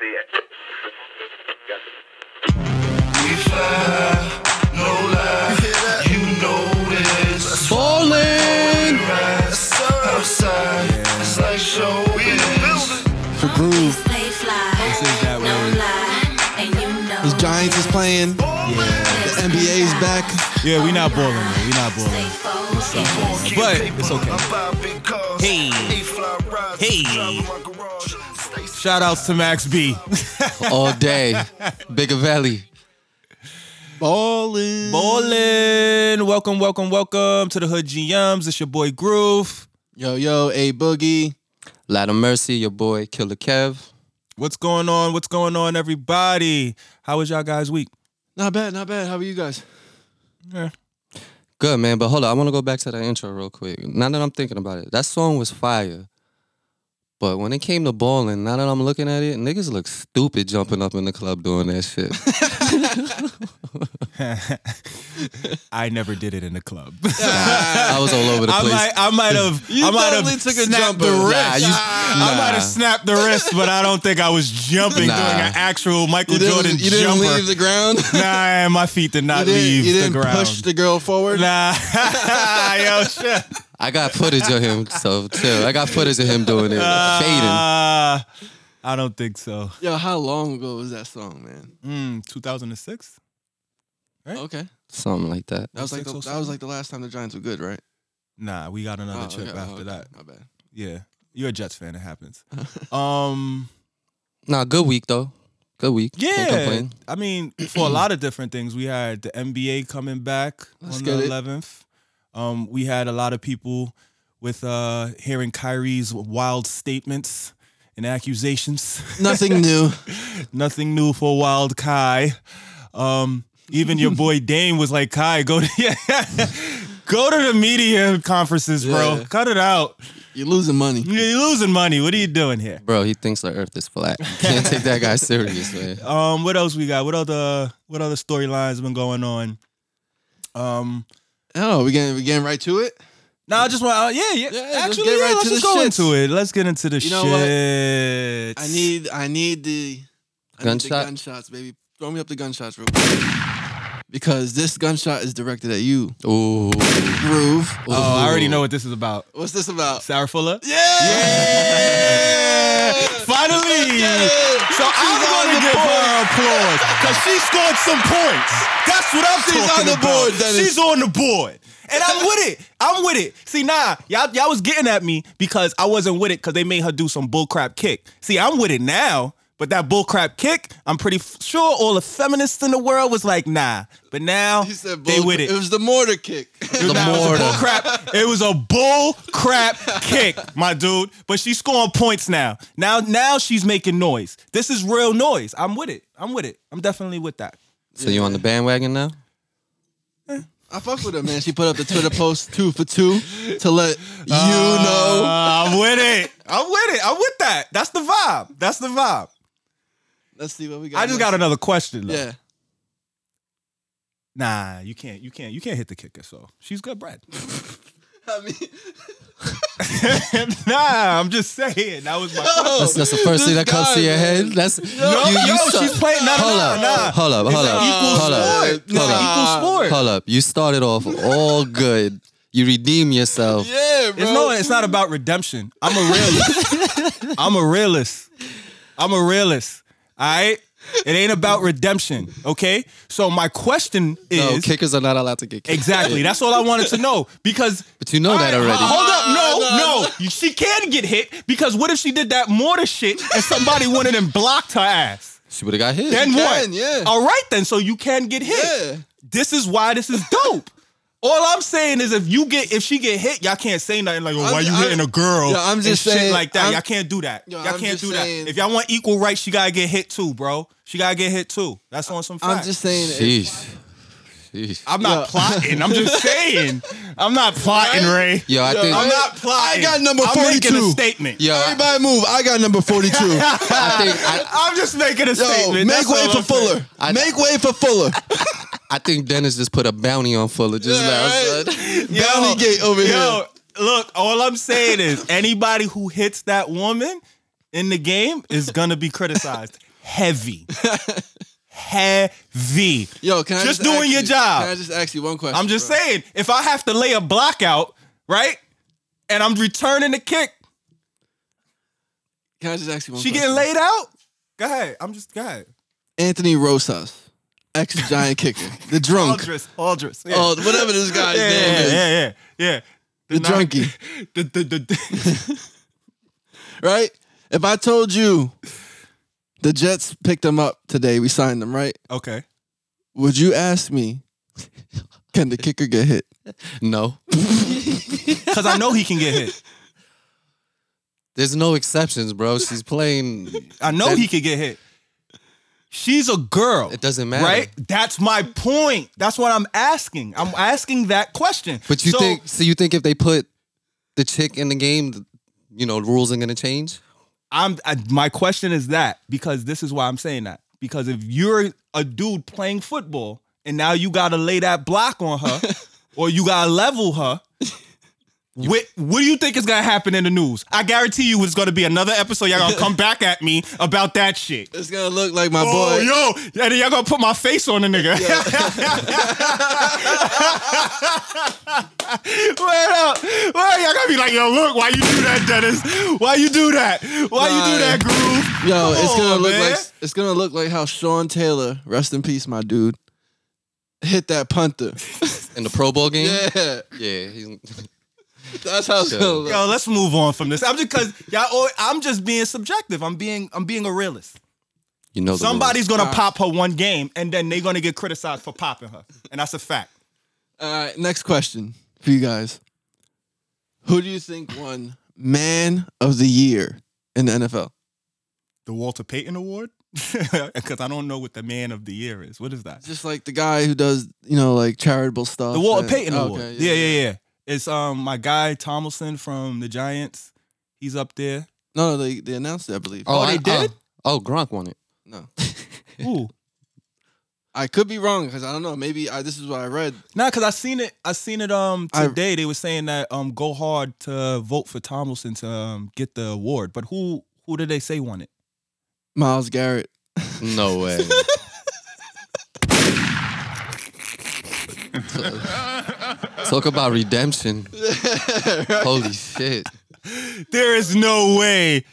see it. Got the We fly, no lie. You know this. Falling Outside, it's like showbiz. for groove. Play fly, is that no word. lie, and you know. His Giants is playing. The NBA's back. Yeah, we not boiling. We not Stay boiling. focused. But it's okay. Hey. Hey, Hey. hey. Shout outs to Max B. All day. Bigger Valley. Ballin'. Bowling. Welcome, welcome, welcome to the Hood GMs. It's your boy Groove. Yo, yo, A Boogie. Lot of Mercy, your boy Killer Kev. What's going on? What's going on, everybody? How was y'all guys' week? Not bad, not bad. How are you guys? Yeah. Good, man. But hold on, I want to go back to that intro real quick. Now that I'm thinking about it, that song was fire. But when it came to balling, now that I'm looking at it, niggas look stupid jumping up in the club doing that shit. I never did it in the club. I was all over the I place. might, I might have, I might totally have took a snapped jumper. the Nah, wrist. you- I might nah. have snapped the wrist, but I don't think I was jumping Nah. doing an actual Michael you didn't, Jordan you didn't jumper. leave the ground. nah, my feet did not you didn't, leave you didn't the ground. push the girl forward. nah, yo, shit. I got footage of him, so chill. I got footage of him doing it, fading. Uh, I don't think so. Yo, how long ago was that song, man? Mm, 2006. Okay, Something like that. that was like the, 06, that was like the last time the Giants were good, right? Nah, we got another Oh, trip okay, oh, after okay, that. my bad. Yeah, you're a Jets fan. It happens. um, Nah, good week though. Good week. Can't yeah. complain. I mean, for a lot of different things, we had the NBA coming back Let's on get the it. 11th. Um, we had a lot of people with uh hearing Kyrie's wild statements and accusations. Nothing new. Nothing new for Wild Kai. Um, even your boy Dame was like, Kai, go to go to the media conferences, bro. Yeah. Cut it out. You're losing money. You're losing money. What are you doing here? Bro, he thinks the earth is flat. You can't take that guy serious, man. Um, what else we got? What other what other storylines been going on? Um, Oh, we getting we getting right to it. no, I just want uh, yeah, yeah. Yeah, let's Actually, get yeah, right let's to just the go shits. into it. Let's get into the You shit. know what? I need I need the I Gunshot? Need the gunshots, baby. Throw me up the gunshots real quick. Because this gunshot is directed at you, Ooh. Groove. Uh, Oh, I already know what this is about. What's this about? Sarah Fuller. Yeah. Yeah! Finally! So I'm She's on gonna the give board. her applause because she scored some points. That's what I'm She's talking on the about. board, Dennis. She's on the board. And I'm with it. I'm with it. See, nah, y'all, y'all was getting at me because I wasn't with it because they made her do some bullcrap kick. See, I'm with it now, but that bullcrap kick, I'm pretty f- sure all the feminists in the world was like, nah. But now He said they bull- with it. It was the mortar kick. It was, The nah, it was a mortar. bull crap. It was a bull crap kick, my dude. But she's scoring points now. Now, now she's making noise. This is real noise. I'm with it. I'm with it. I'm definitely with that. So you on the bandwagon now? I fuck with her, man. She put up the Twitter post two for two to let you Uh, know. I'm with it. I'm with it. I'm with that. That's the vibe. That's the vibe. Let's see what we got. I just next. got another question. Though. Yeah. Nah, you can't. You can't. You can't hit the kicker. So she's good bread. I mean, nah, I'm just saying. That was my. Oh, That's, that's the first thing that comes to your head. That's No, you, you yo, suck. she's playing. No, no, Hold no, up, nah. hold up, It's hold an up, equal hold up, sport. It's hold an up. equal sport. Hold up. You started off all good. You redeem yourself. yeah, bro. It's no, it's not about redemption. I'm a realist. I'm a realist. I'm a realist. All right. It ain't about redemption. Okay. So my question is No, kickers are not allowed to get kicked. exactly. That's all I wanted to know because. But you know All that right, already. Hold up, no, No, no, no, You- She can get hit because what if she did that mortar shit and somebody went in and blocked her ass? She would have got hit. Then She what? can, yeah. All right, then. So you can get hit. Yeah. This is why this is dope. All I'm saying is if you get if she get hit, y'all can't say nothing like, oh, why I'm- you I'm- hitting a girl? Yo, I'm and just shit saying, like that. I'm- y'all can't do that. Yo, y'all I'm can't just do saying- that. If y'all want equal rights, she gotta get hit too, bro. She gotta get hit too. That's on some I'm facts. just saying. if- Jeez. Jeez. I'm not plotting. I'm just saying. I'm not plotting, Ray. Yo, I think I'm I not plotting. I got number I'm making a 42. statement. yo, I, Everybody move. I got number 42. Yo, I think I, I'm just making a statement. make That's way all for I'm saying. Fuller. I- make way for Fuller. I think Dennis just put a bounty on Fuller just Yeah, now. right. son. Yo, Bounty gate over yo, Look, all I'm saying is anybody who hits that woman in the game is gonna be criticized. heavy. heavy. Yo, can I Just just, doing ask your you- job. Can I just ask you one question? I'm just bro? saying, if I have to lay a block out, right? And I'm returning the kick, Can I just ask you one? she question? getting laid out? Go ahead. I'm just go ahead. Anthony Rosas, ex giant kicker, the drunk, Aldris. Aldris. Yeah. oh whatever this guy's yeah, name yeah, is, yeah, yeah, yeah. the Nah. drunkie, The- the- the- right? If I told you the Jets picked him up today, we signed him, right? okay. Would you ask me? Can the kicker get hit? No. Because I know he can get hit. There's no exceptions, bro. She's playing. I know That- he could get hit. She's a girl. It doesn't matter. Right? That's my point. That's what I'm asking. I'm asking that question. But you So- think so? You think if they put the chick in the game, th- you know, the rules are gonna change? I'm I, my question is that because this is why I'm saying that because if you're a dude playing football and now you gotta lay that block on her or you gotta level her. What, what do you think is gonna happen in the news? I guarantee you, it's gonna be another episode. Y'all gonna come back at me about that shit. It's gonna look like my Oh, boy. yo, and then y'all gonna put my face on the nigga. Word up. Word, y'all gonna be like, yo, look, why you do that, Dennis? Why you do that? Why you do Nah. that, Groove? Yo, it's Come gonna on, look man. like it's gonna look like how Sean Taylor, rest in peace, my dude, hit that punter. In the Pro Bowl game? yeah, Yeah, he's- that's how it's gonna Yo. look. Yo, let's move on from this. I'm just cause y'all all, I'm just being subjective. I'm being I'm being a realist. you know. the Somebody's gonna pop her one game and then they're gonna get criticized for popping her. And that's a fact. All right, next question for you guys. Who do you think won Man of the Year in the NFL? The Walter Payton Award? Because I don't know what the man of the year is. What is that? Just like the guy who does, you know, like charitable stuff. The Walter and- Payton Oh, Okay, Award. yeah, yeah, yeah, It's um my guy Tomlinson from the Giants. He's up there. No, no, they, they announced it, I believe. Oh, they did? Oh, Gronk won it. No, Ooh. I could be wrong because I don't know. Maybe I, this is what I read. nah, cause I seen it. I seen it um I- today. they were saying that um go hard to vote for Tomlinson to um, get the award. But who who did they say won it? Miles Garrett. No way. Talk about redemption. Holy shit. There is no way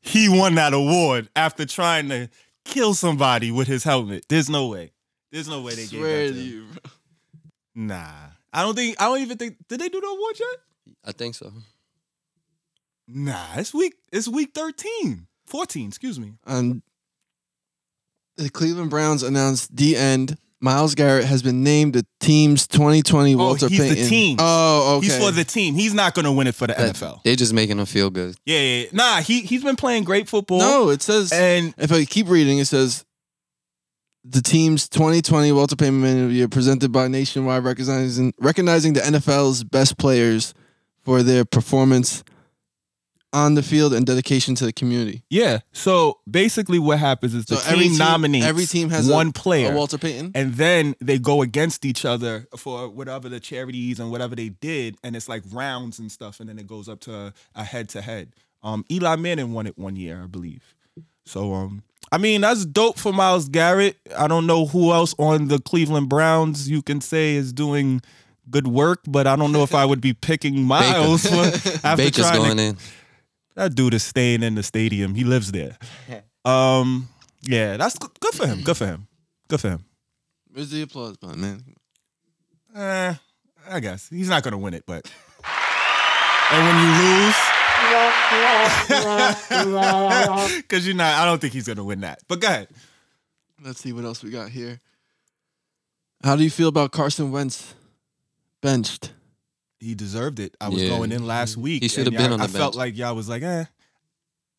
he won that award after trying to kill somebody with his helmet. There's no way. There's no way they gave Swear that to to him. you, bro. Nah. I don't think I don't even think did they do the award yet? I think so. Nah, it's week it's week 13. 14, excuse me. Um, the Cleveland Browns announced the end. Miles Garrett has been named the team's 2020 Oh, Walter he's the Payton. team. Oh, okay. He's for the team. He's not gonna win it for the That- NFL. They're just making him feel good. Yeah, yeah, yeah. Nah, he he's been playing great football. No, it says. And If I keep reading, it says the team's 2020 Walter Payton Man of the Year presented by Nationwide, recognizing recognizing the NFL's best players for their performance on the field and dedication to the community. yeah, so basically what happens is the team, nominates every team has a- one player. a Walter Payton. and then they go against each other for whatever the charities and whatever they did, and it's like rounds and stuff, and then it goes up to a head to head. Um, Eli Manning won it one year, I believe. So, um, I mean, that's dope for Miles Garrett. I don't know who else on the Cleveland Browns you can say is doing good work, but I don't know if I would be picking Miles for, after Baker's trying to going in. that dude is staying in the stadium. He lives there. Um, yeah, that's good, good for him. Good for him. Good for him. Where's the applause button, man? Eh, I guess he's not gonna win it, but and when you lose, because you're not. I don't think he's gonna win that. But go ahead. Let's see what else we got here. How do you feel about Carson Wentz benched? He deserved it. I was Yeah. going in last week. He should and have been y'all- on the I felt bench. like y'all was like, eh,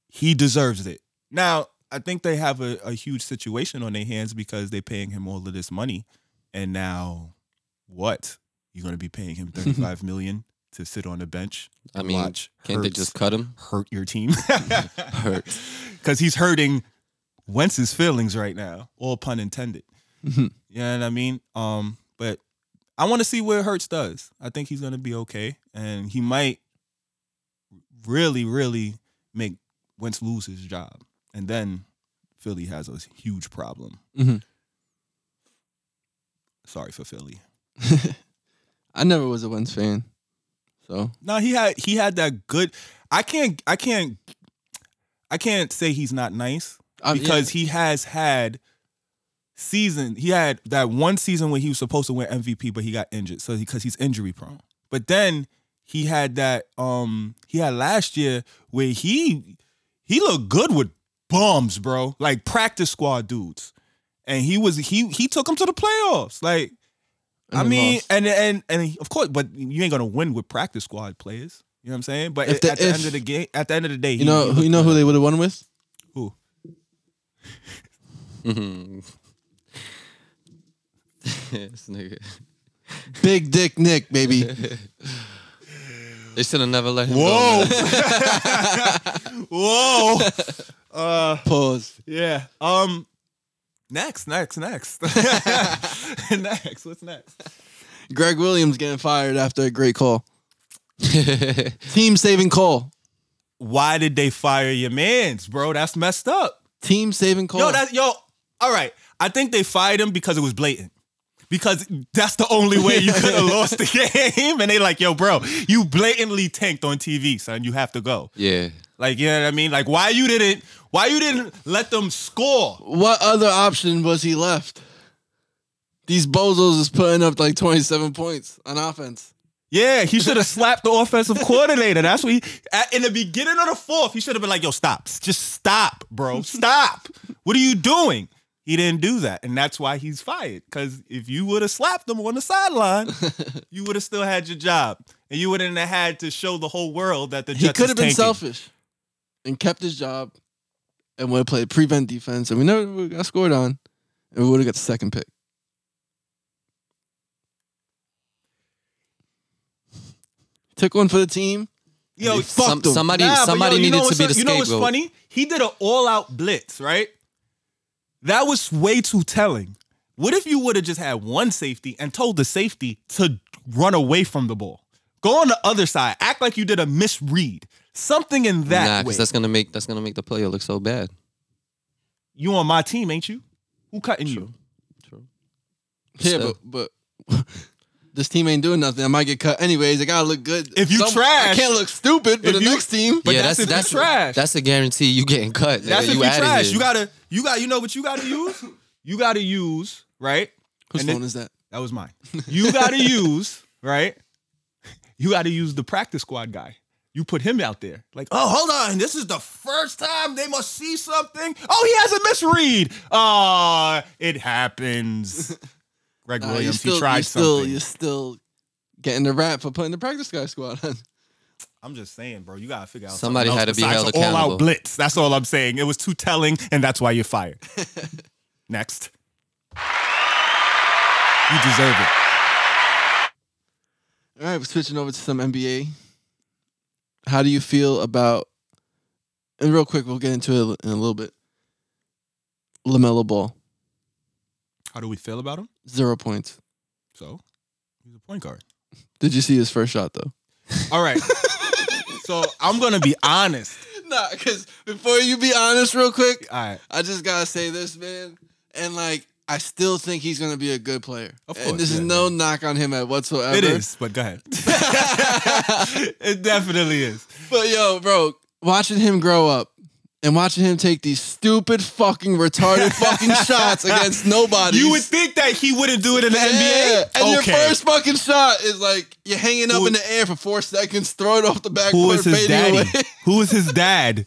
he deserves it. Now, I think they have a, a huge situation on their hands because they're paying him all of this money. And now, what? You're going to be paying him $35 million to sit on the bench? I and mean, watch Can't they Hurts just cut him? hurt your team? Hurt. Because he's hurting Wentz's feelings right now, all pun intended. Mhm. You know what I mean? Um, but I want to see where Hurts does. I think he's gonna be okay, and he might really, really make Wentz lose his job, and then Philly has a huge problem. Mhm. Sorry for Philly. I never was a Wentz fan, so No, he had he had that good. I can't I can't I can't say he's not nice um, yeah. because he has had season. He had that one season when he was supposed to win MVP, but he got injured. So because he's injury prone. But then he had that um he had last year where he he looked good with bums, bro. Like practice squad dudes. And he was he he took him to the playoffs. Like and I they mean, lost. and and and of course, but you ain't gonna win with practice squad players. You know what I'm saying? But If at the- the if- end of the game, at the end of the day, you know who you know who they would have won with? who Yes, nigga. Big Dick Nick, baby. They should have never let him. Whoa. Go, man. Whoa! uh, Pause. yeah. Um, next, next, next, next. What's next? Greg Williams getting fired after a great call. Team saving call. Why did they fire your man's, bro? That's messed up. Team saving call. Yo, that yo. All right, I think they fired him because it was blatant. Because that's the only way you could have lost the game. And they like, yo, bro, you blatantly tanked on TV, son. You have to go. yeah. Like, you know what I mean? Like, why you didn't? Why you didn't let them score? what other option was he left? These bozos is putting up like 27 points on offense. Yeah, he should have slapped the offensive coordinator. That's what he at, in the beginning of the fourth. He should have been like, yo, stop, just stop, bro, stop. What are you doing? He didn't do that, and that's why he's fired. Because if you would have slapped him on the sideline, you would have still had your job, and you wouldn't have had to show the whole world that the he Jets could have been tanking. selfish and kept his job and would have played prevent defense and we never would've got scored on and we would have got the second pick. Took one for the team. Yo, Some- fucked him. somebody- but somebody needed what's to be so- the You know what's scapegoat. funny? He did an all-out blitz, right? That was way too telling. What if you would have just had one safety and told the safety to run away from the ball, go on the other side, act like you did a misread, something in nah, that way? because that's gonna make that's gonna make the player look so bad. you on my team, ain't you? Who cutting you? True. Yeah, So- but but this team ain't doing nothing. I might get cut anyways. It gotta look good. If you I trash- can't look stupid for if the you- next team. But yeah, that's if you that's trash. That's a guarantee you getting cut. nigga. That's if you you outta trash. here. You gotta, you got, you know what you gotta use? You gotta use right. Whose And it- phone is that? That was mine. You got to use, right? You got to use the practice squad guy. You put him out there. Like, oh, hold on. This is the first time they must see something. Oh, he has a misread. Ah, it happens. Greg Nah, Williams, still, he tried you're still, something. You're still getting the rap for putting the practice guy squad on. I'm just saying, bro. You got to figure out Somebody something had to else be besides held an accountable. All-out blitz. That's all I'm saying. It was too telling, and that's why you're fired. Next. You deserve it. All right, we're switching over to some NBA. How do you feel about? And real quick, we'll get into it in a little bit. Lamelo Ball, How do we feel about him? zero points. So, he's a point guard. Did you see his first shot though? All right. so I'm gonna be honest. Nah, because before you be honest, real quick, All right. I just gotta say this, man. And like, I still think he's gonna be a good player. Of and course, this is yeah, no knock on him at whatsoever. It is, but go ahead. it definitely is. But yo, bro, watching him grow up and watching him take these stupid fucking retarded fucking shots against nobody. You would think that he wouldn't do it in the NBA. And your Okay. first fucking shot is like you're hanging up Who- in the air for four seconds, throw it off the backboard, Who is his fading daddy? away. Who is his dad?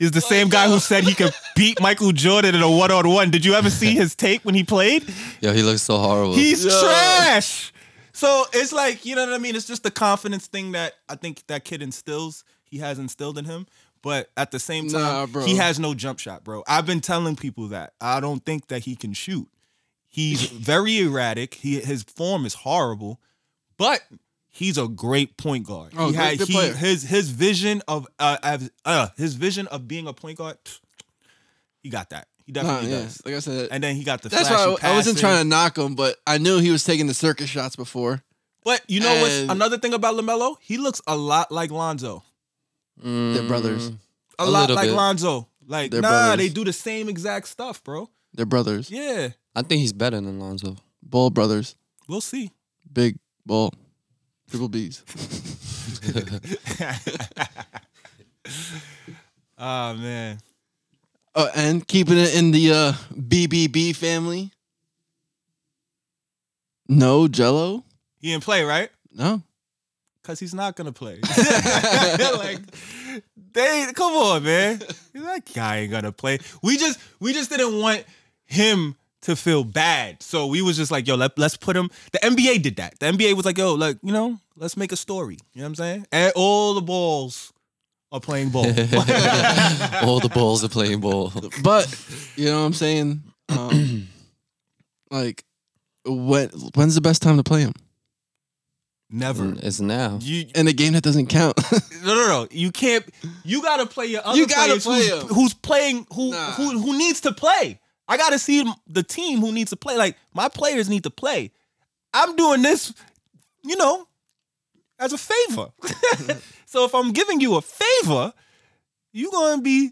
Is the same guy who said he could beat Michael Jordan in a one on one. Did you ever see his tape when he played? Yo, he looks so horrible. He's Yo. trash. So it's like, you know what I mean? It's just the confidence thing that I think that kid instills, he has instilled in him. But at the same time, Nah, bro. he has no jump shot, bro. I've been telling people that. I don't think that he can shoot. He's very erratic. He his form is horrible, but he's a great point guard. Oh, he great- good he- player. his his vision of uh, of, uh his vision of being a point guard. He got that. He Nah, definitely yeah, does. like I said, And then he got the that's flashy why I, I passing. wasn't trying to knock him, but I knew he was taking the circus shots before. But you know what's And- another thing about LaMelo? He looks a lot like Lonzo. Mm, They're brothers. A, A lot little like bit. Lonzo. Like, They're nah, brothers. they do the same exact stuff, bro. They're brothers. Yeah, I think he's better than Lonzo. Ball brothers. we'll see. Big ball. Triple B's. Ah man, Oh, and keeping it in the uh, BBB family. No Jello. he didn't play right No. because he's not gonna play. like, they come on, man. That guy ain't gonna play. We just we just didn't want him to feel bad, so we was just like, yo, let, let's put him. The NBA did that. The NBA was like, yo, like you know, let's make a story. You know what I'm saying? And all the balls are playing ball. All the balls are playing ball. But you know what I'm saying? Um, like when when's the best time to play him? Never. It's now. You In a game that doesn't count. No, no, no. You can't. You gotta play your other You gotta players who's, play 'em. who's playing who Nah. who who needs to play. I gotta see m- the team who needs to play. Like my players need to play. I'm doing this, you know, as a favor. so if I'm giving you a favor, you gonna be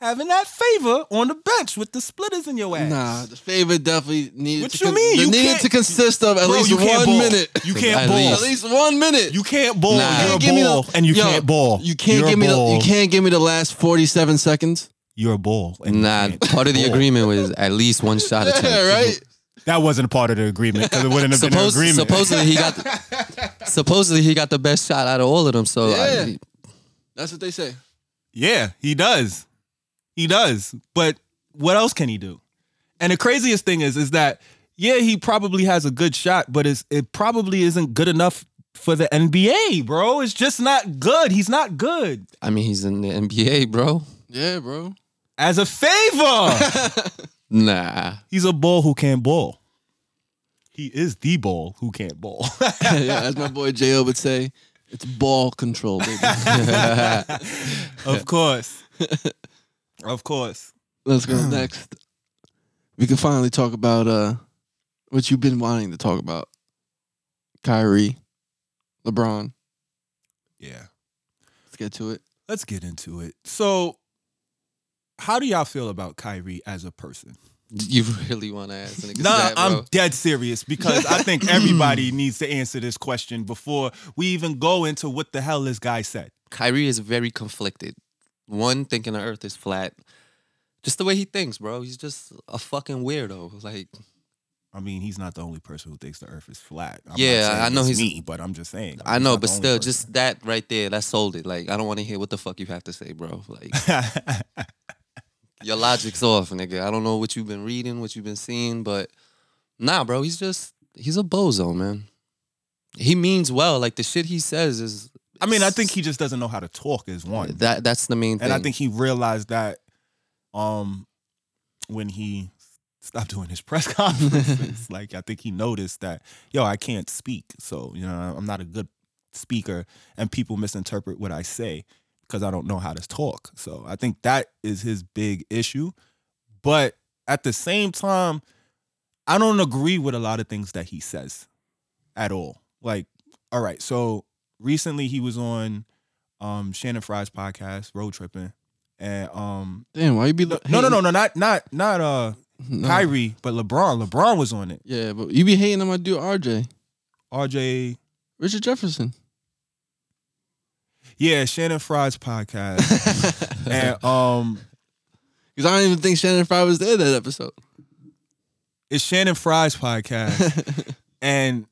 having that favor on the bench with the splitters in your ass. nah, the favor definitely needed. What to you mean? They You needed can't- to consist of at Bro, least you can't one ball. minute. You At can't ball. At least one minute. You can't Nah. ball. You're a can't give me the- ball, and you Yo, can't ball. You can't You're a give me the. ball. You can't give me the last forty-seven seconds. You're a ball. and you Nah, can't part of the ball. agreement was at least one shot attempt. Yeah, right. That wasn't a part of the agreement because it wouldn't have Suppos- been an agreement. supposedly he got the, supposedly he got the best shot out of all of them. So Yeah. That's what they say. yeah, he does. He does. But what else can he do? And the craziest thing is, is that yeah, he probably has a good shot, but it's, it probably isn't good enough for the NBA, bro. It's just not good. He's not good. I, I mean he's in the NBA, bro. Yeah, bro. As a favor, Nah, he's a ball who can't ball. He is the ball who can't ball. yeah, as my boy Jo would say, it's ball control. Baby. of course, of course. Let's go next. We can finally talk about uh, what you've been wanting to talk about. Kyrie, LeBron. Yeah. Let's get to it. Let's get into it. So, how do y'all feel about Kyrie as a person? you really want to ask? Niggas Nah, that, bro. I'm dead serious because I think everybody needs to answer this question before we even go into what the hell this guy said. Kyrie is very conflicted. One thinking the earth is flat. Just the way he thinks, bro. He's just a fucking weirdo. Like I mean, he's not the only person who thinks the Earth is flat. I'm not Yeah, saying I know he's- it's me, but I'm just saying. I he's know, not but the only still, person. just that right there, that sold it. Like I don't want to hear what the fuck you have to say, bro. Like your logic's off, nigga. I don't know what you've been reading, what you've been seeing, but nah, bro, he's just he's a bozo, man. He means well. Like the shit he says is I mean, I think he just doesn't know how to talk is one. that that's the main thing. and I think he realized that um when he stopped doing his press conferences. like I think he noticed that, yo, I can't speak. So, you know, I'm not a good speaker and people misinterpret what I say because I don't know how to talk. So I think that is his big issue. But at the same time, I don't agree with a lot of things that he says at all. Like, all right, so recently he was on um Shannon Fry's podcast, Road Tripping. And um Damn, why you be no no no no not not not uh Kyrie, but LeBron. LeBron was on it. Yeah, but you be hating on my dude RJ, RJ Richard Jefferson. Yeah, Shannon Fry's podcast. and um Because I don't even think Shannon Fry was there that episode. it's Shannon Fry's podcast. And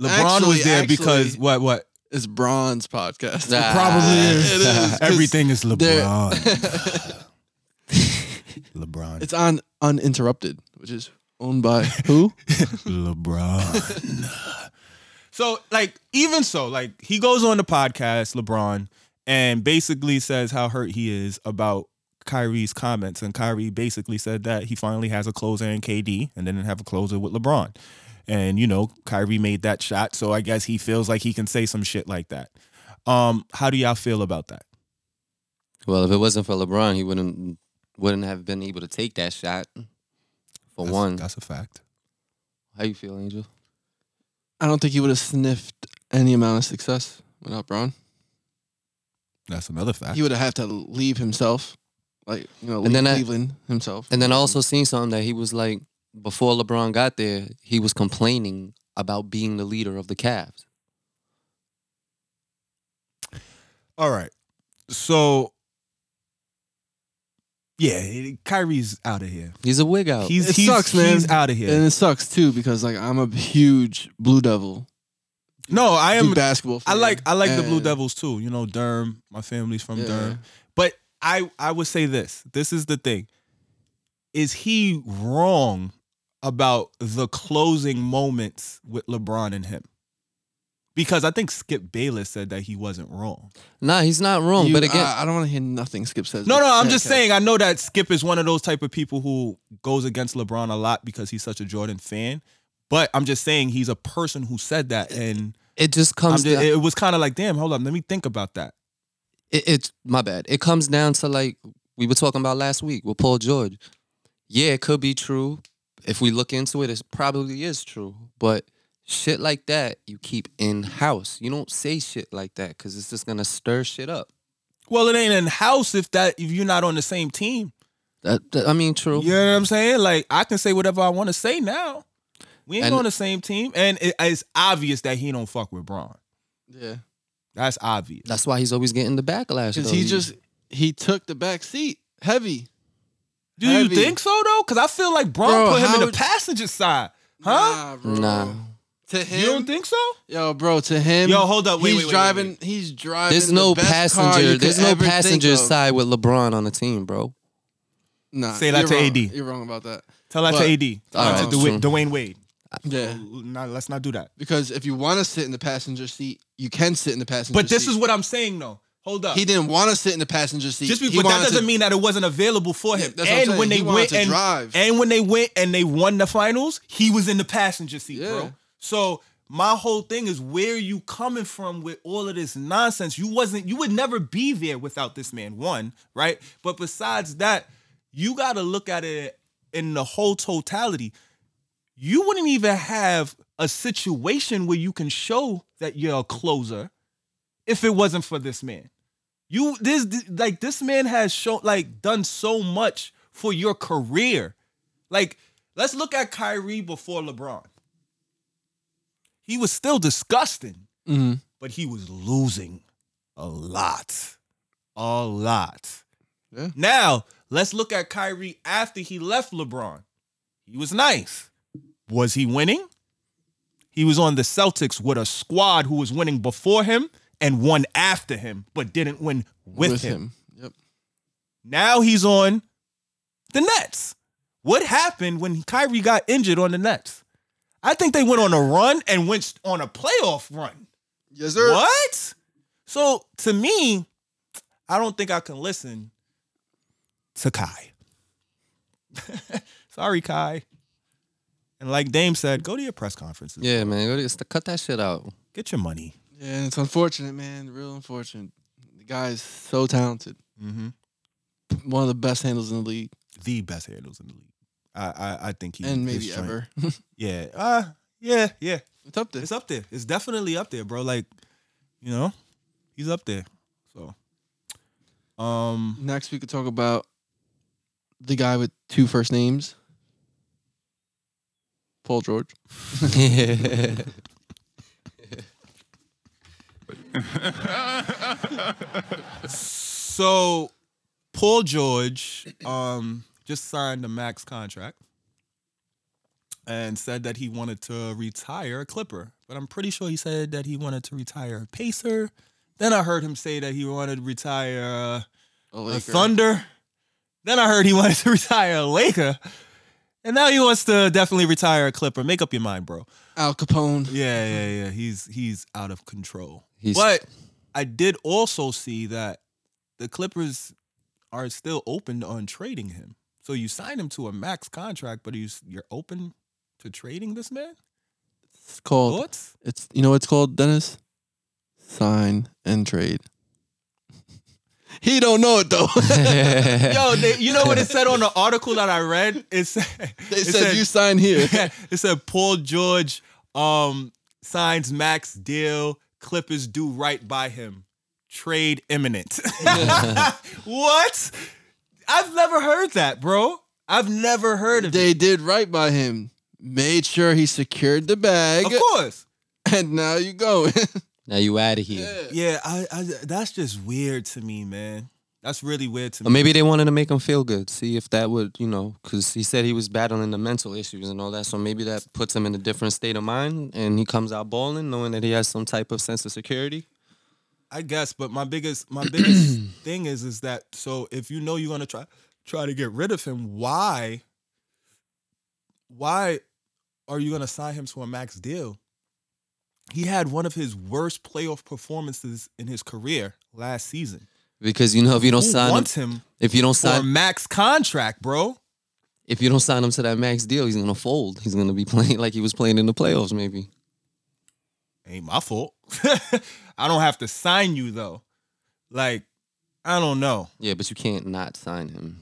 LeBron Actually, was there because actually- what what It's Bronze Podcast. Nah. probably is. uh, It is, 'cause Everything is they're- LeBron. LeBron. It's on Uninterrupted, which is owned by who? LeBron. so, like, even so, like, he goes on the podcast, LeBron, and basically says how hurt he is about Kyrie's comments. And Kyrie basically said that he finally has a closer in KD and didn't have a closer with LeBron. And, you know, Kyrie made that shot. So I guess he feels like he can say some shit like that. Um, how do y'all feel about that? Well, if it wasn't for LeBron, he wouldn't wouldn't have been able to take that shot. For one, That's a fact. how you feel, Angel? I don't think he would have sniffed any amount of success without Bron. That's another fact. He would have had to leave himself. like you know, And then I- Cleveland himself. And then I also seen something that he was like, before LeBron got there, he was complaining about being the leader of the Cavs. All right. So yeah, Kyrie's out of here. He's a wig out. He's It he's, sucks, man. he's out of here. and it sucks too because like I'm a huge Blue Devil. no, I I am am basketball. I fan. like I like the Blue And- Devils too. You know, Durham. My family's from Yeah. Durham. But I I would say this. This is the thing. Is he wrong about the closing moments with LeBron and him? Because I think Skip Bayless said that he wasn't wrong. nah, he's not wrong. You- but again, I, I don't want to hear nothing Skip says. No, no, about I'm that just cat. saying. I know that Skip is one of those type of people who goes against LeBron a lot because he's such a Jordan fan. But I'm just saying he's a person who said that, and it just I'm comes just- down. It, it was kind of like, damn, hold up, let me think about that. it's my bad. It comes down to like we were talking about last week with Paul George. Yeah, it could be true. If we look into it, it probably is true. But shit like that, you keep in house. You don't say shit like that because it's just gonna stir shit up. Well, it ain't in house if that if you're not on the same team. That, that- I mean, true. You know what I'm saying? Like I can say whatever I want to say now. We ain't And- on the same team, and it, it's obvious that he don't fuck with Braun. Yeah, That's obvious. That's why he's always getting the backlash. because though. he just he took the back seat heavy. Do you Heavy. think so though? Because I feel like Braun Bro, put him in how the would- passenger side, huh? Nah, bro. nah. To him, you don't think so? yo, bro. To him, Yo, hold up, wait, he's wait, wait, wait, driving. wait. He's driving. There's the no best car passenger. you could There's no ever think passenger of. side with LeBron on the team, bro. Nah, Say that you're to wrong. AD. You're wrong about that. Tell that But- to AD. Tell that Alright. to Dwayne, Dwayne Wade. Yeah, No, let's not do that. because if you want to sit in the passenger seat, you can sit in the passenger. But this seat. is what I'm saying though. Hold up. he didn't want to sit in the passenger seat. Just He be, but that wanted to- doesn't mean that it wasn't available for him. Yeah, that's what I'm and saying. when He they wanted went to and drive. and when they went and they won the finals, he was in the passenger seat, Yeah. bro. So my whole thing is where you coming from with all of this nonsense. You wasn't you would never be there without this man, one, right? But besides that, you gotta look at it in the whole totality. You wouldn't even have a situation where you can show that you're a closer if it wasn't for this man. You this th- like this man has shown like done so much for your career. Like let's look at Kyrie before LeBron. He was still disgusting, Mhm. but he was losing a lot. A lot. Yeah. Now, let's look at Kyrie after he left LeBron. He was nice. Was he winning? He was on the Celtics with a squad who was winning before him and won after him, but didn't win with, him. Yep. Now he's on the Nets. What happened when Kyrie got injured on the Nets? I think they went on a run and went on a playoff run. Yes, sir. What? So to me, I don't think I can listen to Kai. Sorry, Kai. And like Dame said, go to your press conferences. Yeah, man. Go to- it's- Cut that shit out. Get your money. Yeah, and it's unfortunate, man. Real unfortunate. The guy is so talented. Mm-hmm. One of the best handles in the league, The best handles in the league. I I, I think he and his maybe joint- ever. Yeah. Uh, yeah. Yeah. it's up there. It's up there. It's definitely up there, bro. Like, you know, he's up there. So, um, Next, we could talk about the guy with two first names, Paul George. so Paul George, um, just signed a max contract and said that he wanted to retire a Clipper, but I'm pretty sure he said that he wanted to retire a Pacer. Then I heard him say that he wanted to retire. Uh, a A Laker. Thunder. Then I heard he wanted to retire a Laker. And now he wants to definitely retire a Clipper. Make up your mind, bro. Al Capone. Yeah, yeah, yeah. He's he's out of control. He's- but I did also see that the Clippers are still open on trading him. So you sign him to a max contract, but he's, you're open to trading this man? It's called. Thoughts? It's you know what it's called, Dennis. Sign and trade. he don't know it though. Yo, they, you know what it said on the article that I read? It said, they it said, you sign here. it said Paul George um, signs max deal. Clippers do right by him. Trade imminent. what? I've never heard that, bro. I've never heard of They did right by him. Made sure he secured the it. bag, Of course. and now you go. Now you out of here. Yeah, I, I that's just weird to me, man. That's really weird to Or me. maybe they wanted to make him feel good, see if that would, you know, because he said he was battling the mental issues and all that. So maybe that puts him in a different state of mind, and he comes out balling, knowing that he has some type of sense of security. I guess, but my biggest my biggest thing is is that so if you know you're gonna try try to get rid of him, why why are you gonna sign him to a max deal? He had one of his worst playoff performances in his career last season. Because you know, if you don't Who sign him, wants him if you don't for a sign, max contract, bro? if you don't sign him to that max deal, he's gonna fold. He's gonna be playing like he was playing in the playoffs, maybe. Ain't my fault. I don't have to sign you though. Like, I don't know. Yeah, but you can't not sign him.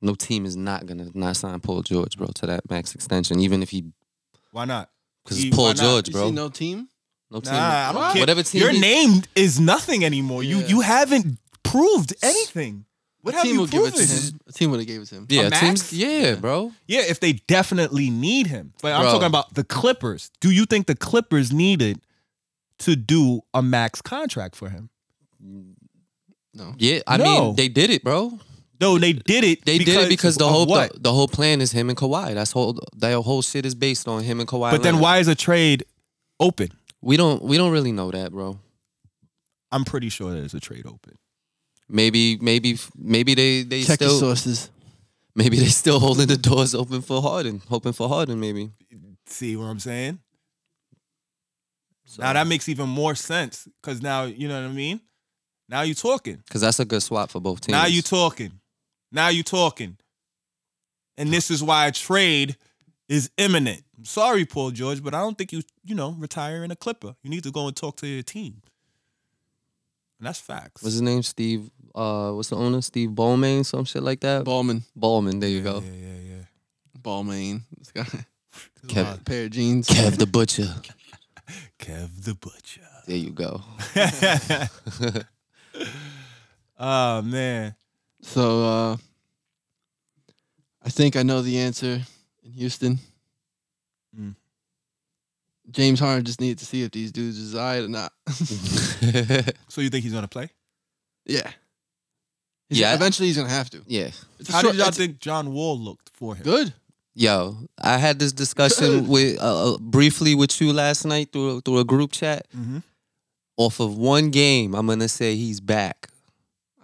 No team is not gonna not sign Paul George, bro, to that max extension, even if he Why not? because He- it's Paul why not? George, You bro. see no team. No team. Nah, I don't care. Whatever team Your he- name is nothing anymore. You Yeah. you haven't proved anything. What A have team you would give it proven? to him. A team would have gave it to him. Yeah, A teams. max? Yeah, bro. Yeah, if they definitely need him. But I'm Bro. talking about the Clippers. Do you think the Clippers needed to do a max contract for him? No. Yeah, I No. mean they did it, bro. No, they did it. They did it because the of whole what? the, the whole plan is him and Kawhi. That's whole that whole shit is based on him and Kawhi. but then Leonard. why is a trade open? We don't we don't really know that, bro. I'm pretty sure there's a trade open. Maybe maybe maybe they they Check your still sources. maybe they still holding the doors open for Harden, hoping for Harden maybe. See what I'm saying? So, Now that makes even more sense because now you know what I mean. Now you talking. because that's a good swap for both teams. Now you talking. Now you talking. And this is why a trade is imminent. I'm sorry, Paul George, but I don't think you you know retiring a Clipper. You need to go and talk to your team. And that's facts. what's his name? Steve. Uh, what's the owner? Steve Ballman, some shit like that. Ballman. Ballman. There you go. yeah, yeah, yeah. Ballman. This guy. Kev, Pair of jeans. Kev the Butcher. Kev the Butcher. There you go. oh man. So uh, I think I know the answer in Houston. Mm. James Harden just needed to see if these dudes desired or not. So you think he's gonna play? yeah. He's- Yeah. Eventually he's gonna have to. yeah. It's a How short- did y'all it's a- think John Wall looked for him? Good. Yo, I had this discussion with uh, uh, briefly with you last night through through a group chat. Mhm. Off of one game, I'm gonna say he's back.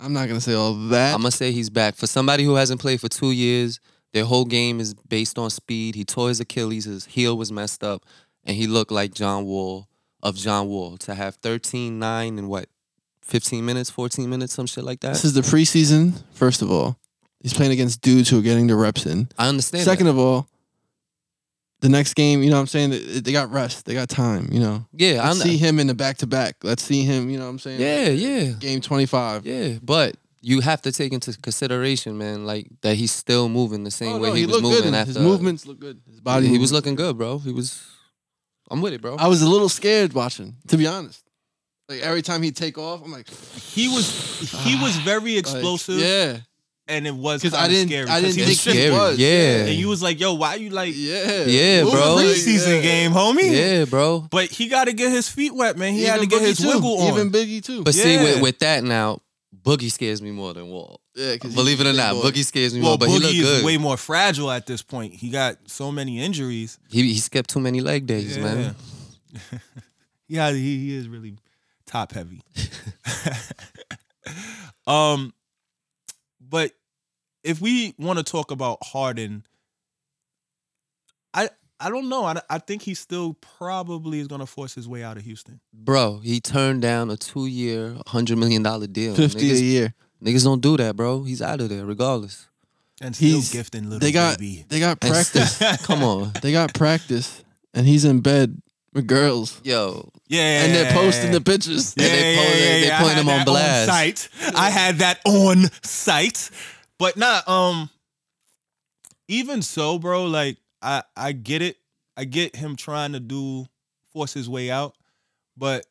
I'm not gonna say all that. I'm gonna say he's back for somebody who hasn't played for two years. Their whole game is based on speed. He tore his Achilles. His heel was messed up, and he looked like John Wall of John Wall to have 13, 9, and what, 15 minutes, 14 minutes, some shit like this that. is the preseason. First of all, he's playing against dudes who are getting the reps in. I understand. Second that. of all, the next game, you know what I'm saying? They, they got rest. They got time, you know. yeah, I Let's see see. him in the back to back. Let's see him, you know what I'm saying? Yeah, yeah. Game 25. Yeah, but you have to take into consideration, man, like that he's still moving the same Oh, way no, he, was looked moving good. after His movements look good. His body. Body uh, he was movements. looking good, bro. He was. I'm with it, bro. I was a little scared watching, to be honest. Like every time he'd take off, I'm like, He was he was very like, explosive yeah, and it was because kind I of didn't, scary. I 'cause didn't he think was scary. shifting. it was. Yeah. And you was like, yo, why you like yeah, Yeah, Move bro. like, preseason yeah. game, homie? yeah, bro. But he got to get his feet wet, man. He had to Even get Boogie his too. wiggle on. Even Biggie too. But see, Yeah. with, with that now, Boogie scares me more than Wall. yeah, 'cause he's Believe it or a big not, boy. Boogie scares me well, more. But Boogie he is looked good. way more fragile at this point. He got so many injuries. he he skipped too many leg days, man. yeah, he, he is really top heavy. um, but if we want to talk about Harden, I I don't know. I, I think he still probably is going to force his way out of Houston. Bro, he turned down a two year, hundred million dollar deal. fifty a Niggas, year. niggas don't do that, bro. He's out of there, regardless. And still He's- gifting little They got, baby. they got And practice. still- Come on, they got practice, and he's in bed with girls, yo. Yeah, and they're posting the pictures. Yeah, And they yeah, put- yeah, they- they yeah. putting I had them on that blast. site. I had that on site, but not. Um, even so, bro. Like I, I get it. I get him trying to do force his way out, but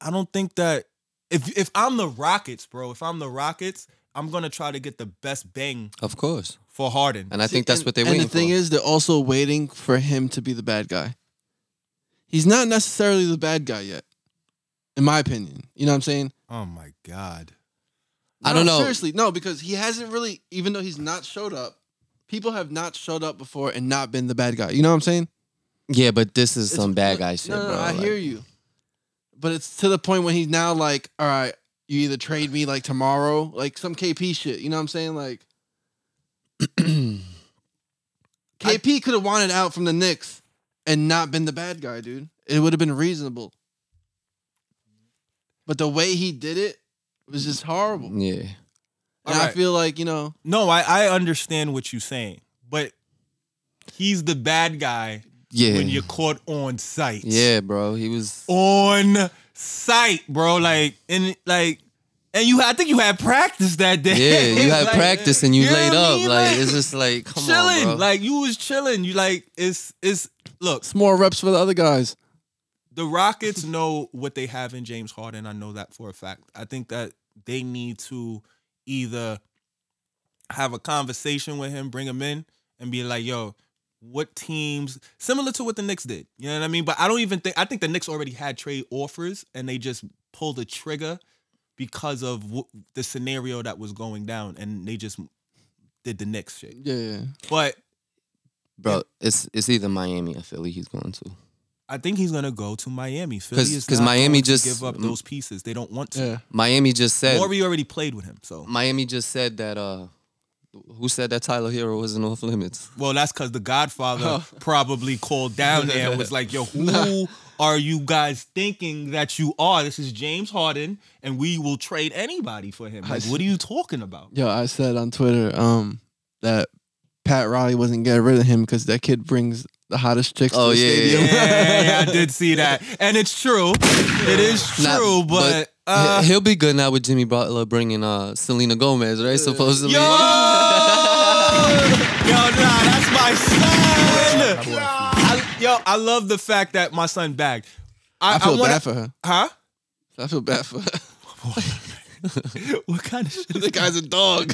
I don't think that if if I'm the Rockets, bro. If I'm the Rockets, I'm gonna try to get the best bang Of course. for Harden. And I think that's and, what they're And waiting the thing for. is, they're also waiting for him to be the bad guy. He's not necessarily the bad guy yet, in my opinion. You know what I'm saying? oh my god. I No, don't know. Seriously, no, because he hasn't really, even though he's not showed up, people have not showed up before and not been the bad guy. You know what I'm saying? yeah, but this is It's- some bad look, guy shit, no, no, bro. no, I Like, hear you, but it's to the point when he's now like, all right, you either trade me like tomorrow, like some KP shit. You know what I'm saying? Like, KP could have wanted out from the Knicks and not been the bad guy, dude. It would have been reasonable, but the way he did it was just horrible. And Yeah. I Alright. feel like you know, No, I, I understand what you're saying, but he's the bad guy Yeah. when you're caught on site. yeah, bro. He was. On site, bro. Like and like and you I think you had practice that Yeah, day. you had Like, practice and you, know laid what I up. mean? Like, it's just like, come chilling. on, bro. Like you was chilling. You like it's it's look, it's more reps for the other guys. the Rockets know what they have in James Harden. I know that for a fact. I think that they need to either have a conversation with him, bring him in, and be like, yo, what teams similar to what the Knicks did. You know what I mean? But I don't even think I think the Knicks already had trade offers and they just pulled the trigger because of w- the scenario that was going down and they just did the Knicks shit. Yeah, yeah. But bro, it's it's either Miami or Philly he's going to. I think he's gonna go to Miami. Philly 'Cause- is 'cause not Miami going to just- give up those pieces. They don't want to. yeah. Miami just said. Maury already played with him, so Miami just said that. uh Who said that Tyler Hero wasn't off limits? well that's because the Godfather probably called down there and was like, "Yo, who are you guys thinking that you are? This is James Harden, and we will trade anybody for him. Like, what are you talking about?" Yo, I said on Twitter um that Pat Riley wasn't getting rid of him because that kid brings the hottest chicks Oh, to the yeah, stadium. Yeah, yeah, yeah, I did see that, and it's true. It is Nah, true, but, uh, he- he'll be good now with Jimmy Butler bringing uh Selena Gomez, right? Supposedly. yo, yo, nah, that's my son. I, yo, I love the fact that my son bagged. I, I feel wanna- bad for her. huh? I feel bad for her. what kind of shit? the guy's a dog.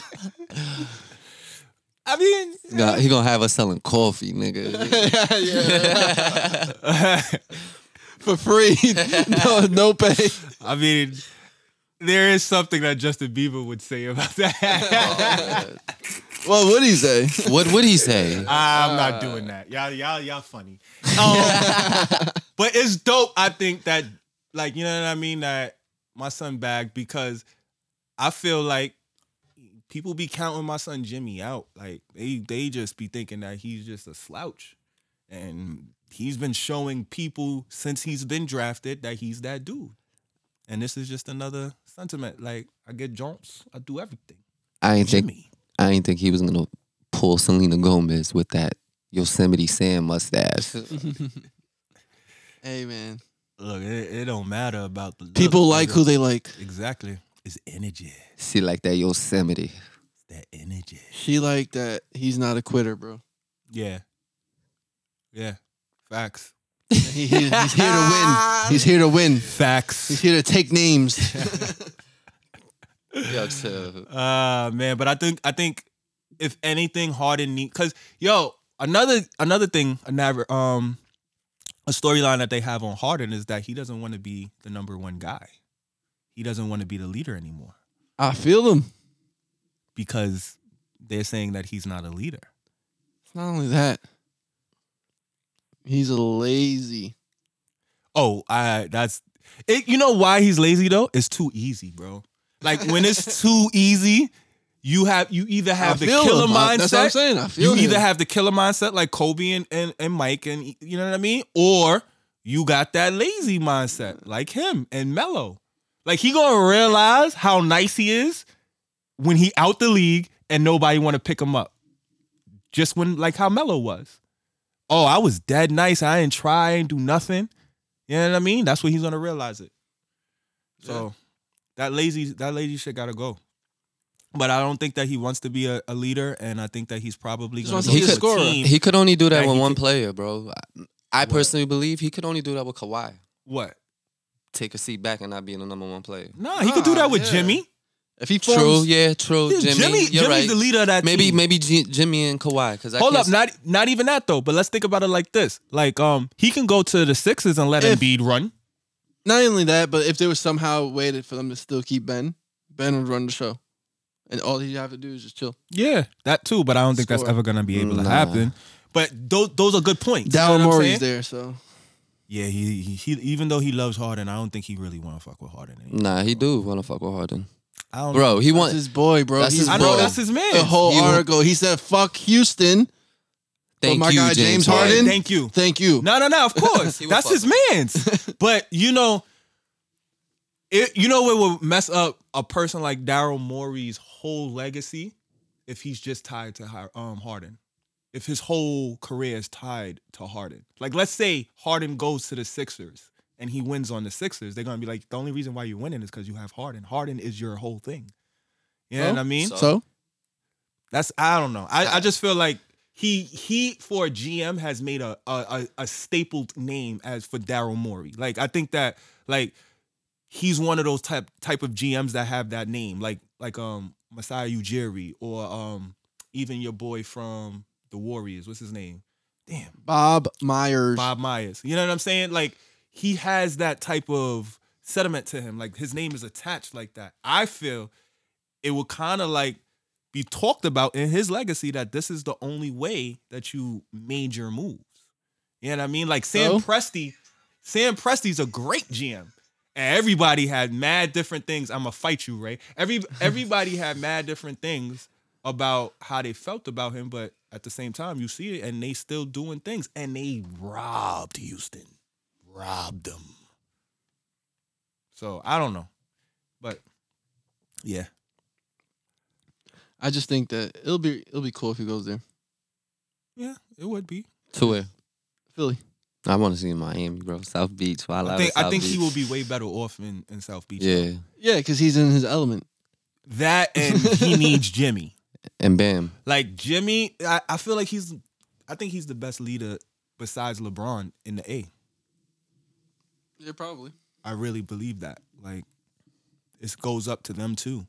I mean, Nah, he gonna have us selling coffee, nigga. yeah. For free. no, no pay. I mean, there is something that Justin Bieber would say about that. What would he say? what would he say? I'm Uh. not doing that. Y'all, y'all, y'all funny. Um, but it's dope. I think that, like, you know what I mean. That my son bagged because I feel like people be counting my son Jimmy out. Like they, they just be thinking that he's just a slouch, and he's been showing people since he's been drafted that he's that dude. And this is just another sentiment. Like I get jumps, I do everything. I ain't think Jimmy. I ain't think he was gonna pull Selena Gomez with that Yosemite Sam mustache. Hey, man. Look, it, it don't matter about the look, People like nigga. who they like. Exactly. It's energy. she like that Yosemite. It's that energy. She like that he's not a quitter, bro. Yeah. Yeah. Facts. He- he- he's here to win. He's here to win. He's Facts. here to take names. Yo, chill. Uh man, but I think I think if anything Harden need cuz yo, another another thing another um a storyline that they have on Harden is that he doesn't want to be the number 1 guy. He doesn't want to be the leader anymore I feel him. because they're saying that he's not a leader. It's not only that, he's a lazy. Oh, I that's it. You know why he's lazy though? It's too easy, bro. Like when it's too easy, you have you either have the feel killer him. I- mindset. That's what I'm saying. I You feel either him. have the killer mindset like Kobe and, and, and Mike and you know what I mean? Or you got that lazy mindset like him and Mello. Like he gonna realize how nice he is when he out the league and nobody wanna pick him up. Just when like how Mello was. Oh, I was dead nice. I didn't try and do nothing. You know what I mean? That's when he's gonna realize it. So that lazy that lazy shit gotta go. But I don't think that he wants to be a, a leader, and I think that he's probably Just going wants to go to be a to a scorer. team. He could only do that Yeah, with he one could- player, bro. I, I personally believe he could only do that with Kawhi. what? Take a seat back and not being the number one player. No, he could do Nah, that with yeah. Jimmy. If he forms, True, yeah, true. Yeah, Jimmy, Jimmy- you're Jimmy's right. the leader of that Maybe, team. maybe G- Jimmy and Kawhi. Because Hold up, not not even that though. But let's think about it like this: like, um, he can go to the Sixers and let If- Embiid run. not only that, but if there was somehow a way to- for them to still keep Ben, Ben would run the show, and all he'd have to do is just chill. Yeah, that too. But I don't think that's Score. ever gonna be able to Nah. happen. But those those are good points. You know Daryl what I'm saying? Morey's there, so Yeah, he, he he even though he loves Harden, I don't think he really want to fuck with Harden. Mm. Anymore. Nah, he do want to fuck with Harden, I don't bro. He that's want his boy, bro. That's He's his I know boy. that's his man. the whole He- article. He said, "Fuck Houston." thank my you, guy, James Yeah, Harden. Thank you. Thank you. No, no, no. Of course, He would that's fuck his man's. But you know, it, you know, it would mess up a person like Daryl Morey's whole legacy if he's just tied to Har- um, Harden. If his whole career is tied to Harden, like let's say Harden goes to the Sixers and he wins on the Sixers, they're gonna be like, the only reason why you're winning is because you have Harden. Harden is your whole thing. You know So- what I mean? So That's I don't know. I, I just feel like he he for a GM has made a a, a, a stapled name as for Daryl Morey. Like I think that like he's one of those type type of GMs that have that name. Like like um Masai Ujiri or um even your boy from the Warriors. What's his name? Damn. Bob Myers. Bob Myers. You know what I'm saying? Like he has that type of sediment to him. Like his name is attached like that. I feel it will kind of like be talked about in his legacy that this is the only way that you made your moves. You know what I mean? Like Sam So? Presti, Sam Presti's a great GM. And everybody had mad different things. I'ma fight you, Ray. Every everybody had mad different things about how they felt about him, but at the same time, you see it, and they still doing things, and they robbed Houston, robbed them. So I don't know, but yeah, I just think that it'll be it'll be cool if he goes there. yeah, it would be. To where? Philly. I want to see Miami, bro. South Beach. Why I think I think he will be way better off in, in South Beach. Yeah, Yeah, because he's in his element. That and he needs Jimmy. and Bam. Like Jimmy, I, I feel like he's, I think he's the best leader besides LeBron in the A. Yeah, probably. I really believe that. Like, it goes up to them too.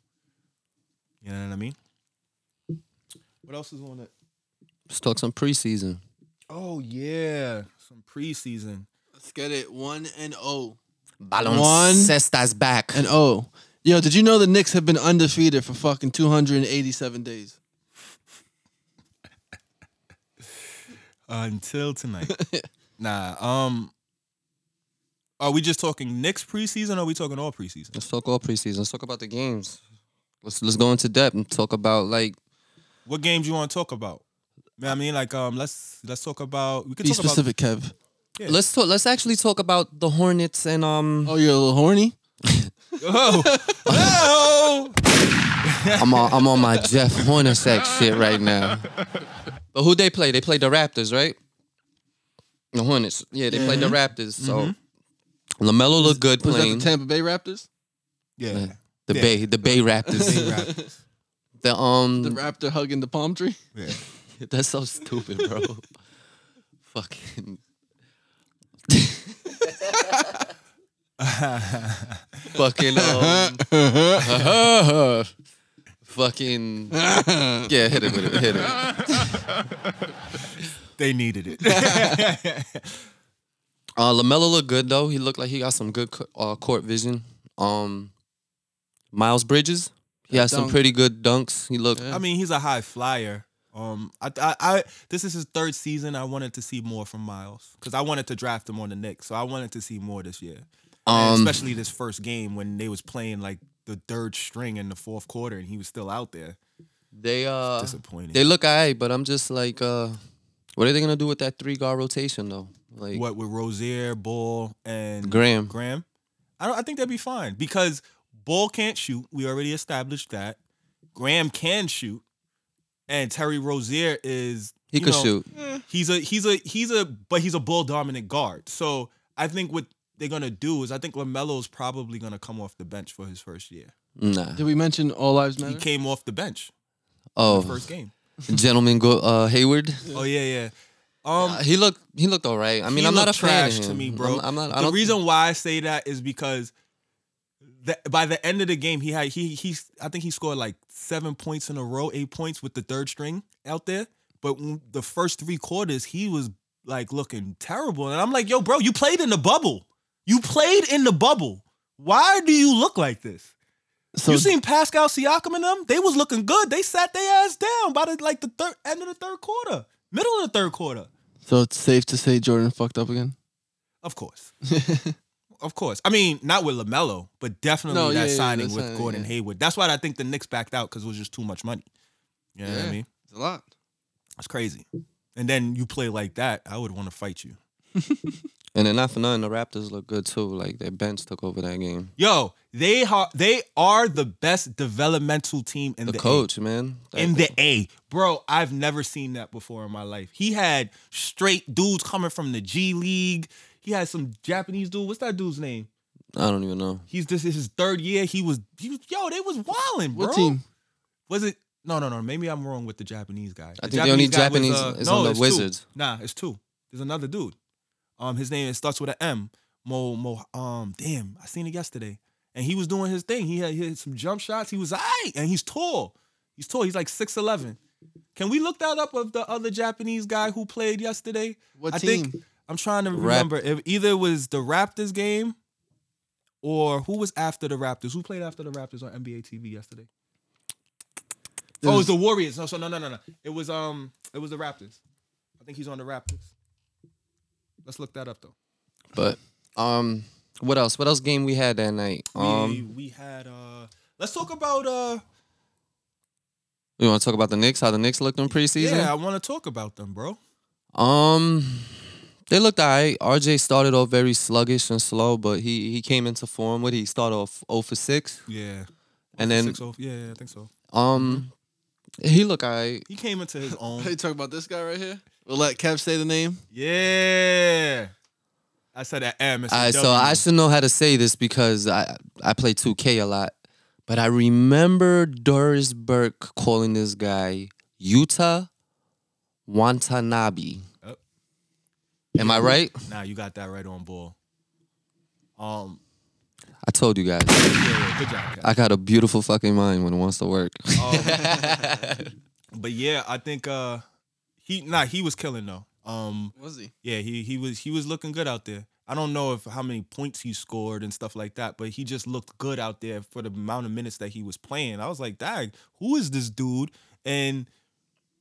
You know what I mean? What else is on it? Let's talk some preseason. Oh yeah, some preseason. Let's get it. One and oh. O. Baloncesta's back. uh, And O. Yo, did you know the Knicks have been undefeated for fucking 287 days? uh, until tonight. nah. Um. Are we just talking Knicks preseason? or Are we talking all preseason? Let's talk all preseason. Let's talk about the games. Let's let's go into depth and talk about like What games you want to talk about? Man, I mean, like, um, let's let's talk about. We could Be talk specific, Kev. Yeah. let's talk let's actually talk about the Hornets and um Oh, you're a little horny? about. Oh, oh! I'm on I'm on my Jeff Hornacek shit right now. But who they play? They played the Raptors, right? The Hornets. Yeah, they played the Raptors. So LaMelo looked good Mm-hmm. Was playing. that the Tampa Bay Raptors? Yeah. the Yeah. Bay the Bay Raptors. Big Raptors. the um The raptor hugging the palm tree? Yeah. That's so stupid, bro. Fucking. fucking um, fucking yeah hit it with it hit it They needed it. uh lamelo looked good though he looked like he got some good co- uh, court vision um miles bridges he Yeah, had some dunk. pretty good dunks he looked Yeah. I mean, he's a high flyer. Um, I, I, I, this is his third season. I wanted to see more from Miles because I wanted to draft him on the Knicks, so I wanted to see more this year, um And especially this first game when they was playing like the third string in the fourth quarter and he was still out there. they uh Disappointing. they look alright but i'm just like uh what are they gonna do with that three guard rotation though like what with Rozier, Ball, and Graham. Graham, I don't. I think that'd be fine because Ball can't shoot. We already established that. Graham can shoot, and Terry Rozier is he you could know, shoot He's a he's a he's a but he's a ball dominant guard. So I think what they're gonna do is I think Lamelo's probably gonna come off the bench for his first year. nah Did we mention All Lives Matter? He came off the bench oh first game. gentleman go uh Hayward. Oh yeah, yeah. Um, Uh, he looked he looked all right. I mean, he I'm not a looked fan trash of him. to me, bro. I'm, I'm not. I the don't, reason why I say that is because the, by the end of the game, he had he he I think he scored like seven points in a row, eight points with the third string out there. But when- the first three quarters, he was like looking terrible, and I'm like, yo, bro, you played in the bubble. You played in the bubble. Why do you look like this? So you seen Pascal Siakam and them? They was looking good. They sat their ass down by the like the third end of the third quarter, middle of the third quarter. so it's safe to say Jordan fucked up again. Of course. of course. I mean, not with LaMelo, but definitely No, yeah, that yeah, yeah, signing that with signing, Gordon yeah. Hayward. That's why I think the Knicks backed out because it was just too much money. You know what I Yeah. mean? It's a lot. It's crazy. And then you play like that, I would want to fight you. And then not for nothing, the Raptors look good too. Like their bench took over that game. Yo, they are they are the best developmental team in The, the, A. coach, man. That- in the A. Bro, I've never seen that before in my life. He had straight dudes coming from the G League. He had some Japanese dude. What's that dude's name? I don't even know. He's this is his third year. He was he was yo, they was wilding, bro. What team? Was it? No, no, no. Maybe I'm wrong with the Japanese guy. I think the only guy was, Japanese uh, is no, on the it's two. Wizards. Nah, it's two. There's another dude. Um, his name it starts with an M. Mo Mo. Um, damn, I seen it yesterday, and he was doing his thing. He had, he had some jump shots. He was aight, and he's tall. He's tall. He's like six eleven. Can we look that up of the other Japanese guy who played yesterday? What I team? think I'm trying to Rap- remember. If either it was the Raptors game, or who was after the Raptors? Who played after the Raptors on NBA TV yesterday? Oh, it was the Warriors. No, so no, no, no, no. It was um, it was the Raptors. I think he's on the Raptors. Let's look that up though. But um, what else? What else game we had that night? we, Um, we had uh, let's talk about uh, we want to talk about the Knicks. How the Knicks looked in preseason? yeah, I want to talk about them, bro. Um, they looked alright. RJ started off very sluggish and slow, but he he came into form. What he started off 0 for six, Yeah, and then six Mm-hmm. oh, yeah, yeah, I think so. um, he looked alright. He came into his Hey, own. talk about this guy right here. We'll let Kev say the name. yeah, I said that M. it's a All right, so W. I should know how to say this because I I play 2K a lot, but I remember Doris Burke calling this guy Utah Watanabe. Oh. Am I right? Nah, you got that right on ball. Um, I told you guys. yeah, yeah, good job. Kat. I got a beautiful fucking mind when it wants to work. Oh. But yeah, I think uh, he nah, he was killing though. Um, Was he? yeah, he he was he was looking good out there. I don't know if how many points he scored and stuff like that, but he just looked good out there for the amount of minutes that he was playing. I was like, "Dag, who is this dude? And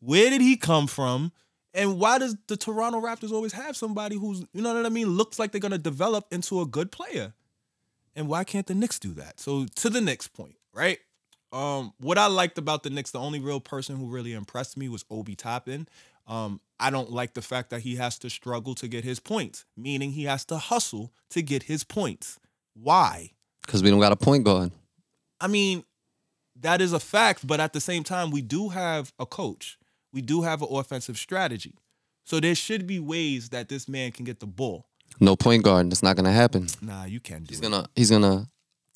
where did he come from? And why does the Toronto Raptors always have somebody who's, you know what I mean, looks like they're gonna develop into a good player? And why can't the Knicks do that? So to the Knicks point, right? Um, what I liked about the Knicks, the only real person who really impressed me was Obi Toppin. Um, I don't like the fact that he has to struggle to get his points, meaning he has to hustle to get his points. Why? Because we don't got a point guard. I mean, that is a fact, but at the same time, we do have a coach. We do have an offensive strategy. So there should be ways that this man can get the ball. No point guard. That's not gonna happen. Nah, you can do He's it. gonna he's gonna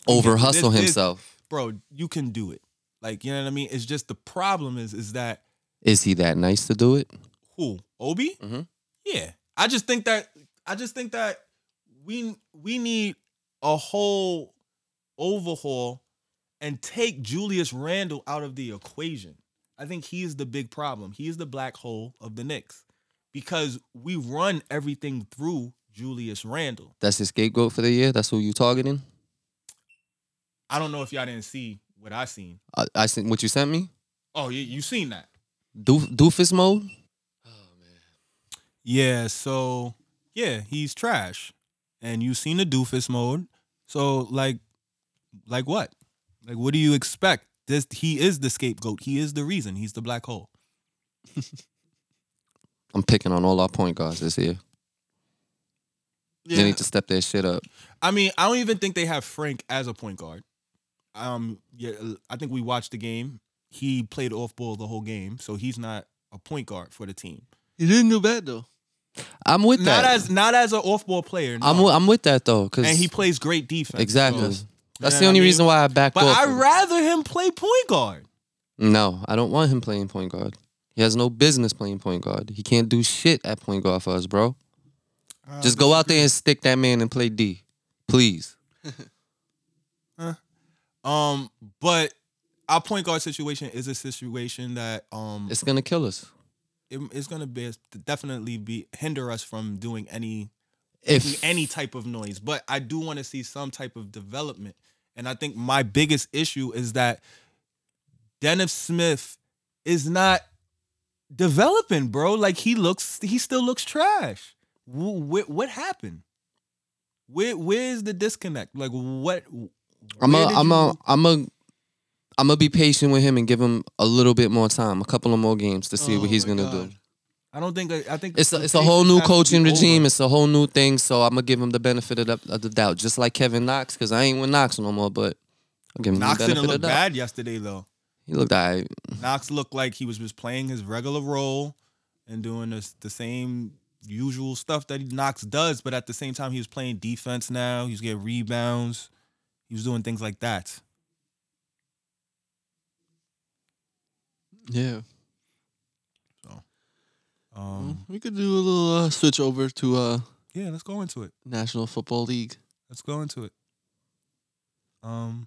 over hustle This- this- himself. Bro, you can do it. Like, you know what I mean? It's just the problem is is that Is he that nice to do it? Who? Obi? Mhm. Yeah. I just think that I just think that we we need a whole overhaul and take Julius Randle out of the equation. I think he is the big problem. He is the black hole of the Knicks because we run everything through Julius Randle. That's his scapegoat for the year. That's who you targeting. I don't know if y'all didn't see what I seen. I, I sent what you sent me. Oh, you, you seen that? Doof, doofus mode. Yeah, so yeah, he's trash. And you've seen the doofus mode. So like like what? Like what do you expect? This he is the scapegoat. He is the reason. He's the black hole. I'm picking on all our point guards this year. They Yeah. need to step their shit up. I mean, I don't even think they have Frank as a point guard. Um yeah, I think we watched the game. He played off ball the whole game, so he's not a point guard for the team. He didn't do bad though. I'm with Not that. as not as an off ball player. no. I'm wi- I'm with that though. Cause and he plays great defense. exactly. so- That's Yeah, the I only mean- reason why I backed But off. I him. rather him play point guard. no, I don't want him playing point guard. He has no business playing point guard. He can't do shit at point guard for us, bro. Uh, Just go out there and stick that man and play D, please. Um, but our point guard situation is a situation that um It's gonna kill us. it- it's gonna be definitely be hinder us from doing any making If any type of noise. But I do want to see some type of development. And I think my biggest issue is that Dennis Smith is not developing, bro. Like he looks, he still looks trash. What, what happened? Where where's the disconnect? Like what? I'm where a, did I'm a, you- I'm a, I'm gonna be patient with him and give him a little bit more time, a couple of more games to see Oh what he's my gonna God. do. I don't think I think It's a, the it's a whole new Pacers have to coaching be regime. over. It's a whole new thing. So I'm gonna give him the benefit of the, of the doubt, just like Kevin Knox, because I ain't with Knox no more. But I'll give him Knox the didn't benefit of look the doubt. bad yesterday though. He looked alright. Knox looked like he was just playing his regular role and doing this, the same usual stuff that he- Knox does, but at the same time, he was playing defense now. He was getting rebounds. He was doing things like that. Yeah. Um, We could do a little uh, switch over to uh, Mm-hmm. yeah, let's go into it. National Football League. Let's go into it. Um,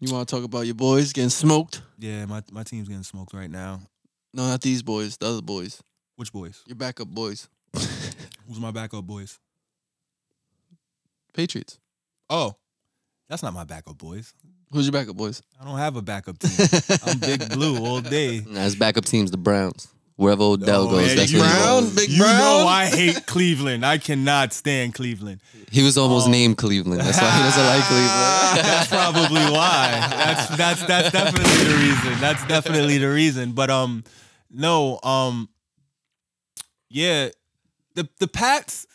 You want to talk about your boys getting smoked? yeah, my, my team's getting smoked right now. No, not these boys. The other boys. Which boys? Your backup boys. Who's my backup boys? Patriots. Oh, that's not my backup boys. Who's your backup boys? I don't have a backup team. I'm big blue all day. Nah, his backup team's the Browns. Wherever Odell Oh, goes, yeah, that's you where he Brown? goes. Big you know Brown? I hate Cleveland. I cannot stand Cleveland. He was almost Oh. named Cleveland. That's why he doesn't like that's Cleveland. probably why. That's that's that's definitely the reason. That's definitely the reason. But um, no um, yeah, the the Pats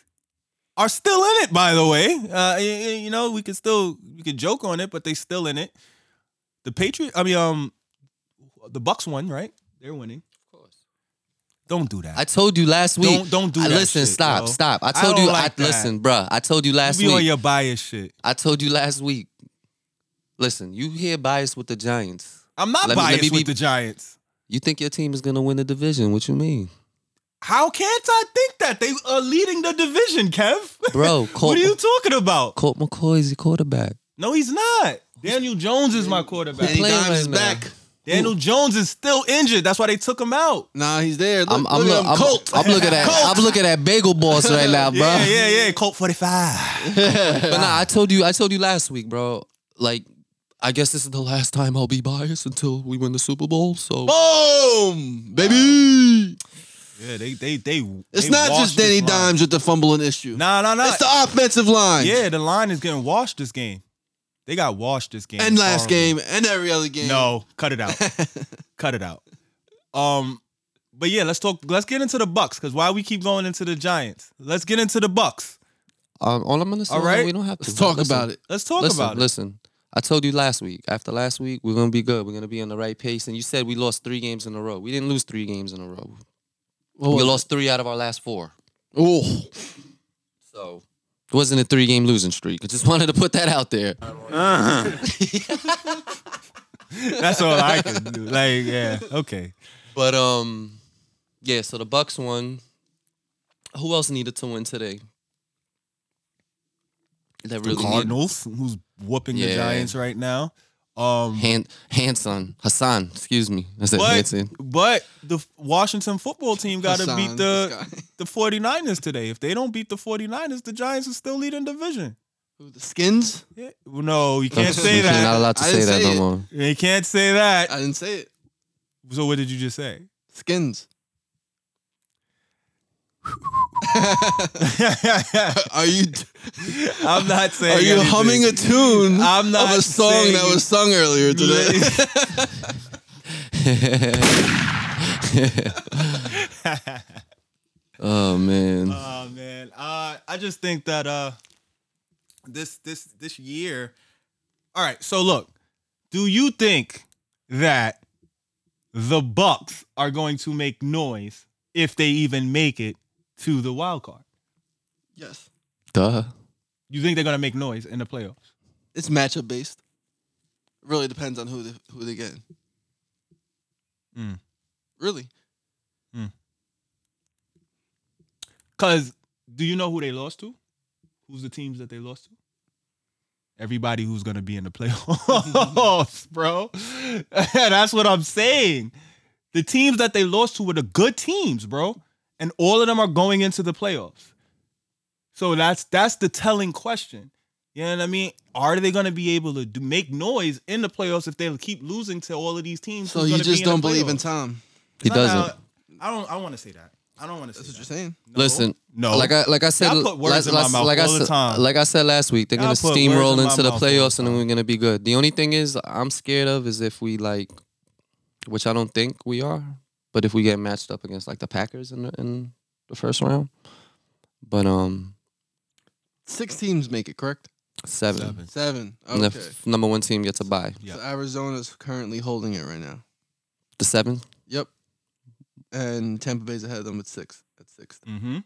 are still in it. By the way, uh, y- y- you know we could still we could joke on it, but they still in it. The Patriot, I mean um, the Bucks won right. They're winning. Don't do that. I told you last week. Don't- don't do I- that Listen, shit, stop, yo. stop. I I told don't you. like I, that. listen, bruh. I told you last be on week. your bias shit. I told you last week. Listen, you hear bias with the Giants. I'm not Let me- let biased me be- with the Giants. You think your team is gonna win the division? What you mean, How can't I think that they are leading the division, Kev? bro? Colt, what are you talking about? Colt McCoy is your quarterback. No, he's not. Daniel Jones is my quarterback. Danny Danny playing Dimes right is now. back. Daniel Jones is still injured. That's why they took him out. Nah, he's there. Look, I'm, I'm, look at look- him. I'm- Colt. I'm looking at Colt. I'm looking at Bagel Boss right now, Uh, bro. Yeah, yeah, yeah. Colt 45. But nah, I told you, I told you last week, bro. Like, I guess this is the last time I'll be biased until we win the Super Bowl. So Oh. Boom, baby. yeah, they they they It's they not washed just this Danny line. Dimes with the fumbling issue. Nah, nah, nah. It's the offensive line. yeah, the line is getting washed this game. They got washed this game. And It's last horrible. game and every other game. No, cut it out. cut it out. Um, but yeah, let's talk. Let's get into the Bucks because why we keep going into the Giants? Let's get into the Bucks. um, all I'm gonna say, All is right. we don't have to Let's talk Listen, about it. Let's talk listen, about it. listen. I told you last week. After last week, we're gonna be good. We're gonna be on the right pace. And you said we lost three games in a row. We didn't lose three games in a row. we lost three out of our last four. Oh, So it wasn't a three game losing streak. I just wanted to put that out there. That's all I can do. Like, yeah, okay. But um, yeah. So the Bucks won. Who else needed to win today? That really The needed- Cardinals, who's whooping the Yeah. Giants right now. Um, Han- Hanson Hassan. Excuse me. I said but Hanson. but the Washington football team got to Hassan, beat the this guy. the 49ers today. If they don't beat the 49ers, the Giants are still leading division. Who, the skins. Yeah. No, you can't say You're Not that. allowed to I say didn't that say no it. more. You can't say that. I didn't say it. So what did you just say? Skins. Are you I'm not saying. are you anything. humming a tune I'm not of a song saying- that was sung earlier today? oh man. Oh man, uh, I just think that uh, this this this year. All right, so look, do you think that the Bucks are going to make noise if they even make it to the wild card? yes. Duh. You think they're going to make noise in the playoffs? It's matchup based. Really depends on who they, who they get. Mm. Really? Because do you know who they lost to? Who's the teams that they lost to? everybody who's gonna be in the playoffs, bro. That's what I'm saying. The teams that they lost to were the good teams, bro, and all of them are going into the playoffs. So that's that's the telling question. You know what I mean? Are they going to be able to do, make noise in the playoffs if they keep losing to all of these teams? So who's you gonna be just in the don't believe in playoffs? Tom. He No, doesn't. no, I don't. I want to say that. I don't want to. That's say what you're that. saying. No. Listen, No. Like I like I said, Y'all put words last- in my last- mouth like I all the said- time. like I said last week, they're Y'all gonna put words in steamroll my into the mouth all the playoffs, and then time. we're gonna be good. The only thing is, I'm scared of is if we like, which I don't think we are, but if we get matched up against like the Packers in the, in the first round, but um Six teams make it, correct? seven, Seven. Seven. And Okay. the f- number one team gets a bye. Yeah. So Arizona's currently holding it right now. The seven, Yep. And Tampa Bay's ahead of them at six. At six. Mm-hmm.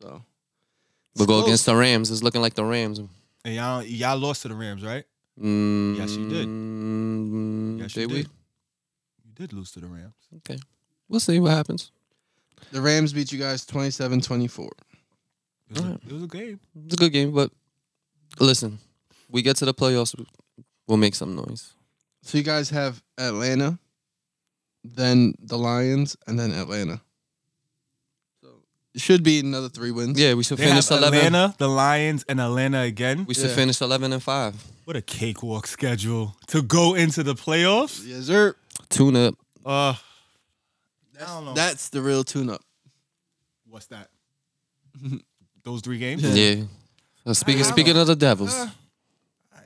So we'll go Close. against the Rams. It's looking like the Rams. And y'all, y'all lost to the Rams, right? Mm, Yes, you did. mm, Yes, you did we? did. You did lose to the Rams. We'll see what happens. the Rams beat you guys 27-24. It was, a, Alright. Mm. it was a game. It's a good game, but listen, we get to the playoffs, we'll make some noise. So you guys have Atlanta, then the Lions, and then Atlanta. So it should be another three wins. Yeah, we should They finish have eleven. Atlanta, the Lions, and Atlanta again. We should Yeah. finish eleven and five. What a cakewalk schedule to go into the playoffs. Yes, sir. Tune up. Uh, I don't know. That's the real tune-up. What's that? Those three games. Yeah. Yeah. Uh, speaking I don't- speaking of the Devils, Uh, I-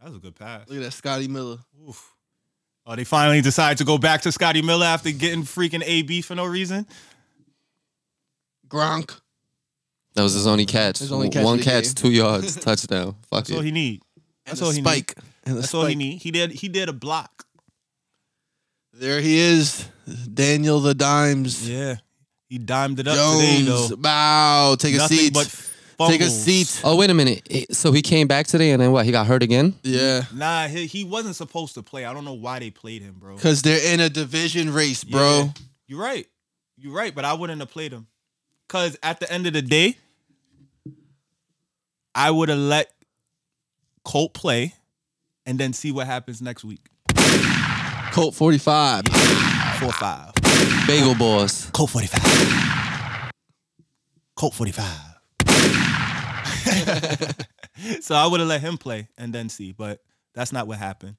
that was a good pass. Look at that, Scotty Miller. Oof. Oh, they finally decide to go back to Scotty Miller after getting freaking AB for no reason. Gronk. that was his only catch. His only catch One of the catch, game. two yards, touchdown. Fuck That's all it. he need. That's all he need. spike. And a That's all he spike. need. He did. He did a block. There he is, Daniel the Dimes. Yeah, he dimed it up today Jones. though. Wow. Take a Nothing seat. but Take a fumbles. seat. Oh wait a minute. Eh, So he came back today, and then what? He got hurt again. Yeah. Nah, he, he wasn't supposed to play. I don't know why they played him, bro. Cause they're in a division race, Yeah. bro. You're right. You're right, but I wouldn't have played him. Cause at the end of the day, I would have let Colt play and then see what happens next week. Colt 45. Four five. Bagel boss. Colt 45. Colt 45. so I would have let him play and then see, but that's not what happened.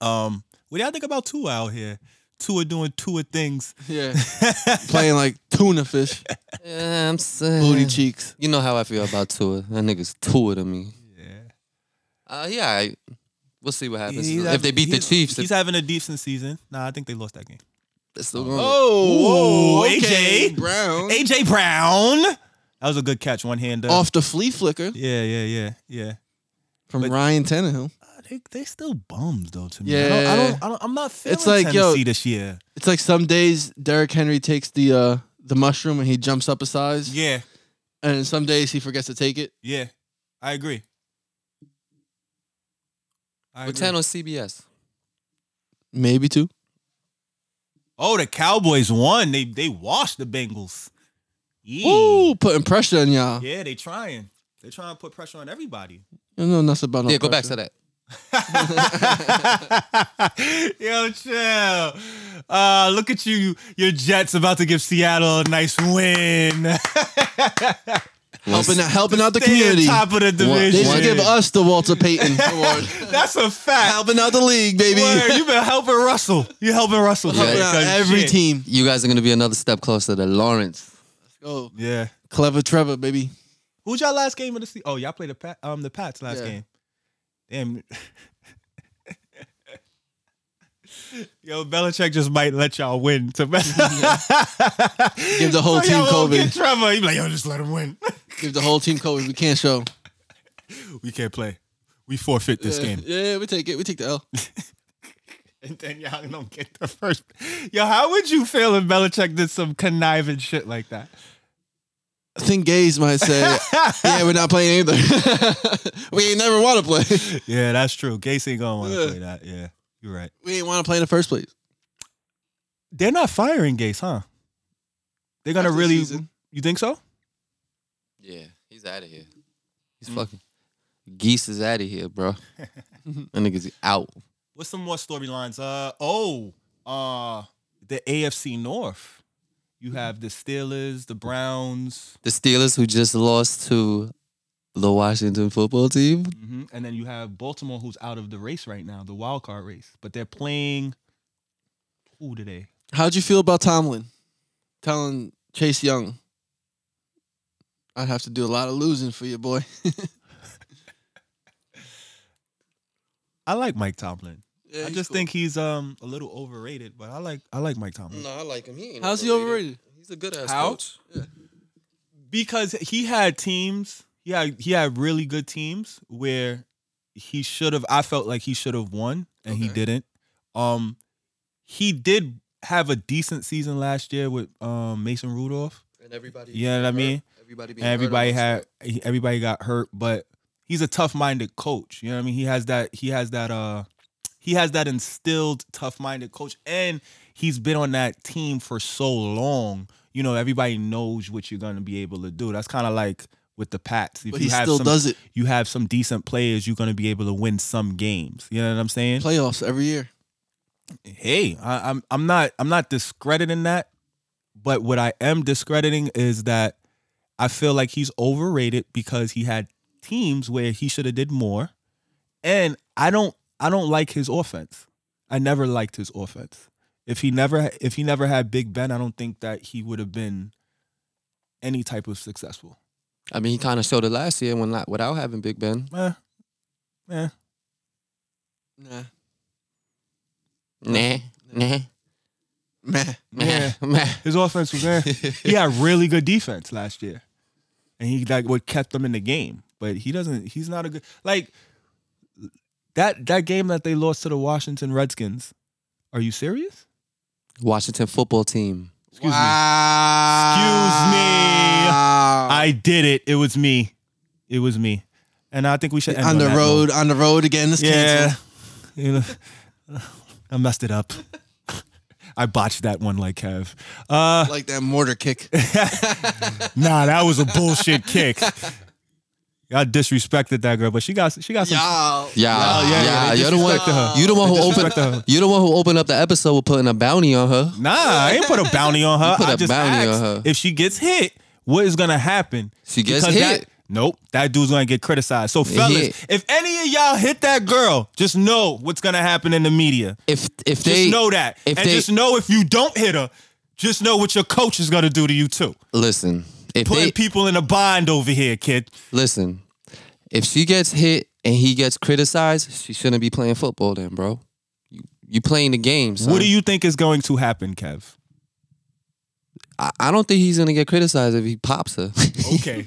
Um, what do y'all think about Tua out here? Tua doing Tua things. Yeah. Playing like tuna fish, Yeah, I'm booty saying. cheeks. You know how I feel about Tua. That nigga's Tua to me. Yeah. Uh, yeah. I, we'll see what happens He's if having- they beat the he's- Chiefs. He's If, having a decent season. Nah, I think they lost that game. it's still going. Oh, Ooh, AJ. Oh, Brown. AJ Brown. That was a good catch, one hand up. Off the flea flicker Yeah, yeah, yeah, yeah. from But- Ryan Tannehill. Uh, They they still bums though to me. I don't, I Yeah. don't, I don't I'm not feeling It's like, yo- Tennessee this year. It's like some days Derrick Henry takes the uh the mushroom and he jumps up a size. Yeah, And some days he forgets to take it. yeah. I agree. I With agree. ten on CBS. Maybe two. Oh, the Cowboys won. They they washed the Bengals. Yeah. Ooh, putting pressure on y'all. Yeah, they trying. They trying to put pressure on everybody. You know nothing about no yeah, go back pressure. to that. Yo, chill. Uh, look at you. Your Jets about to give Seattle a nice win. Helping out, helping out the Stay community. top of the They division. should give us the Walter Payton award. That's a fact. helping out the league, baby. Word, you been helping Russell. You helping Russell. helping today, out son. every Shit. team. You guys are gonna be another step closer to Lawrence. Go. Yeah. Clever Trevor, baby. Who's y'all last game of the season? Oh, y'all played the Pat, um the Pats last Yeah. game. Damn. Yo, Belichick just might let y'all win to mess Give the whole So team y'all won't COVID. Get Trevor. He be like, yo, just let him win. Give the whole team COVID. We can't show. we can't play. We forfeit this yeah, game. yeah, we take it. We take the L. And then y'all don't get the first. Yo, how would you feel if Belichick did some conniving shit like that? I think Gaze might say, "Yeah, we're not playing either. we ain't never want to play. Yeah, that's true. Gacy ain't gonna want to Yeah. play that. Yeah, you're right. We ain't want to play in the first place. They're not firing Gase, huh? They're gonna After the really. season. You think so? Yeah, he's out of here. He's fucking. Geese is out of here, bro. that nigga's out. What's some more storylines? Uh oh, uh the AFC North. You have the Steelers, the Browns, The Steelers who just lost to the Washington football team. mhm, and then you have Baltimore, who's out of the race right now, the wild card race. But they're playing. Who today? How'd you feel about Tomlin telling Chase Young, I'd have to do a lot of losing for you, boy? I like Mike Tomlin. Yeah, I he's just cool. think he's um a little overrated, but I like I like Mike Tomlin No, I like him. He ain't How's he overrated? He's a good ass How? coach. Yeah. because he had teams. He had he had really good teams where he should have. I felt like he should have won, and he Okay. didn't. Um, he did have a decent season last year with um Mason Rudolph. And everybody. You know what I hurt. mean? Everybody. Being And everybody hurt on had he- everybody got hurt, but he's a tough minded coach. You know what I mean? He has that he has that uh he has that instilled tough minded coach, and he's been on that team for so long. You know, everybody knows what you're gonna be able to do. That's kind of like with the Pats. If But you he have still some, does it. You have some decent players. You're gonna be able to win some games. You know what I'm saying? Playoffs every year. hey, I, I'm I'm not I'm not discrediting that, but what I am discrediting is that I feel like he's overrated because he had teams where he should have did more, and I don't I don't like his offense. I never liked his offense. If he never if he never had Big Ben, I don't think that he would have been any type of successful. I mean, he kind of showed it last year when not without having Big Ben. Eh, eh. Nah. Nah, nah, Meh. nah, Yeah. nah. His offense was there. he had really good defense last year, and he like what kept them in the game. But he doesn't. He's not a good like that. That game that they lost to the Washington Redskins. Are you serious? Washington football team. Excuse me. Excuse me. I did it. It was me. It was me. And I think we should end on the that road, on the road again. This note. Yeah, canceled. you know, I messed it up. I botched that one like Kev. Uh, Like that mortar kick. nah, that was a bullshit kick. Y'all disrespected that girl, but she got she got some. Y'all. Yeah, Oh, yeah, yeah, they You're the one. disrespected her. You the one They who disrespected her. opened. You the one who opened up the episode with putting a bounty on her. Nah, I ain't put a bounty on her. put I a just bounty asked on her. if she gets hit, what is gonna happen? She gets Because that- hit. nope, that dude's gonna get criticized. So fellas, hit. if any of y'all hit that girl, just know what's gonna happen in the media. If if Just they know that, if and they- just know if you don't hit her, just know what your coach is gonna do to you too. listen, if Putting they people in a bind over here, kid. listen, if she gets hit and he gets criticized, she shouldn't be playing football then, bro. You you playing the game. Son. What do you think is going to happen, Kev? I, I don't think he's gonna get criticized if he pops her. Okay.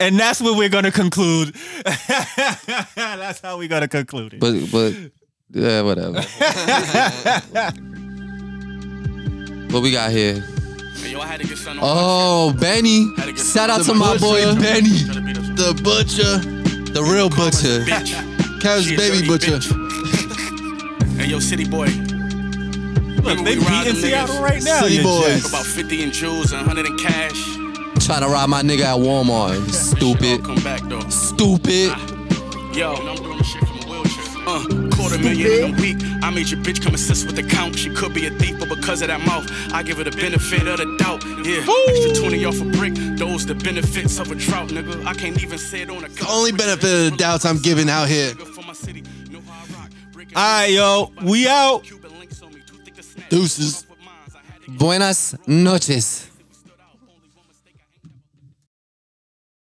and that's what we're gonna conclude. that's how we're gonna conclude it. but but yeah, whatever. what we got here? Yo, I had to get sent off. Oh, Benny! Shout out to my boy Benny. The butcher. The real butcher. bitch. Kev's She a baby dirty butcher. bitch. and yo, city boy. Remember they we beating ride them Seattle niggas right now. City you boys. jerk. About 50 in jewels and 100 in cash. Trying to rob my nigga at Walmart. Shit Stupid. all Come back though. Stupid. Yo, and I'm doing this shit from a wheelchair. Uh, quarter million in a week. I made your bitch come assist with the count. She could be a thief, but because of that mouth, I give her the benefit of the doubt. Yeah, extra 20 off a brick. Those the benefits of a drought, nigga. I can't even say it on a couch. only benefit of the doubts I'm giving out here. All right, yo, we out. Buenas noches.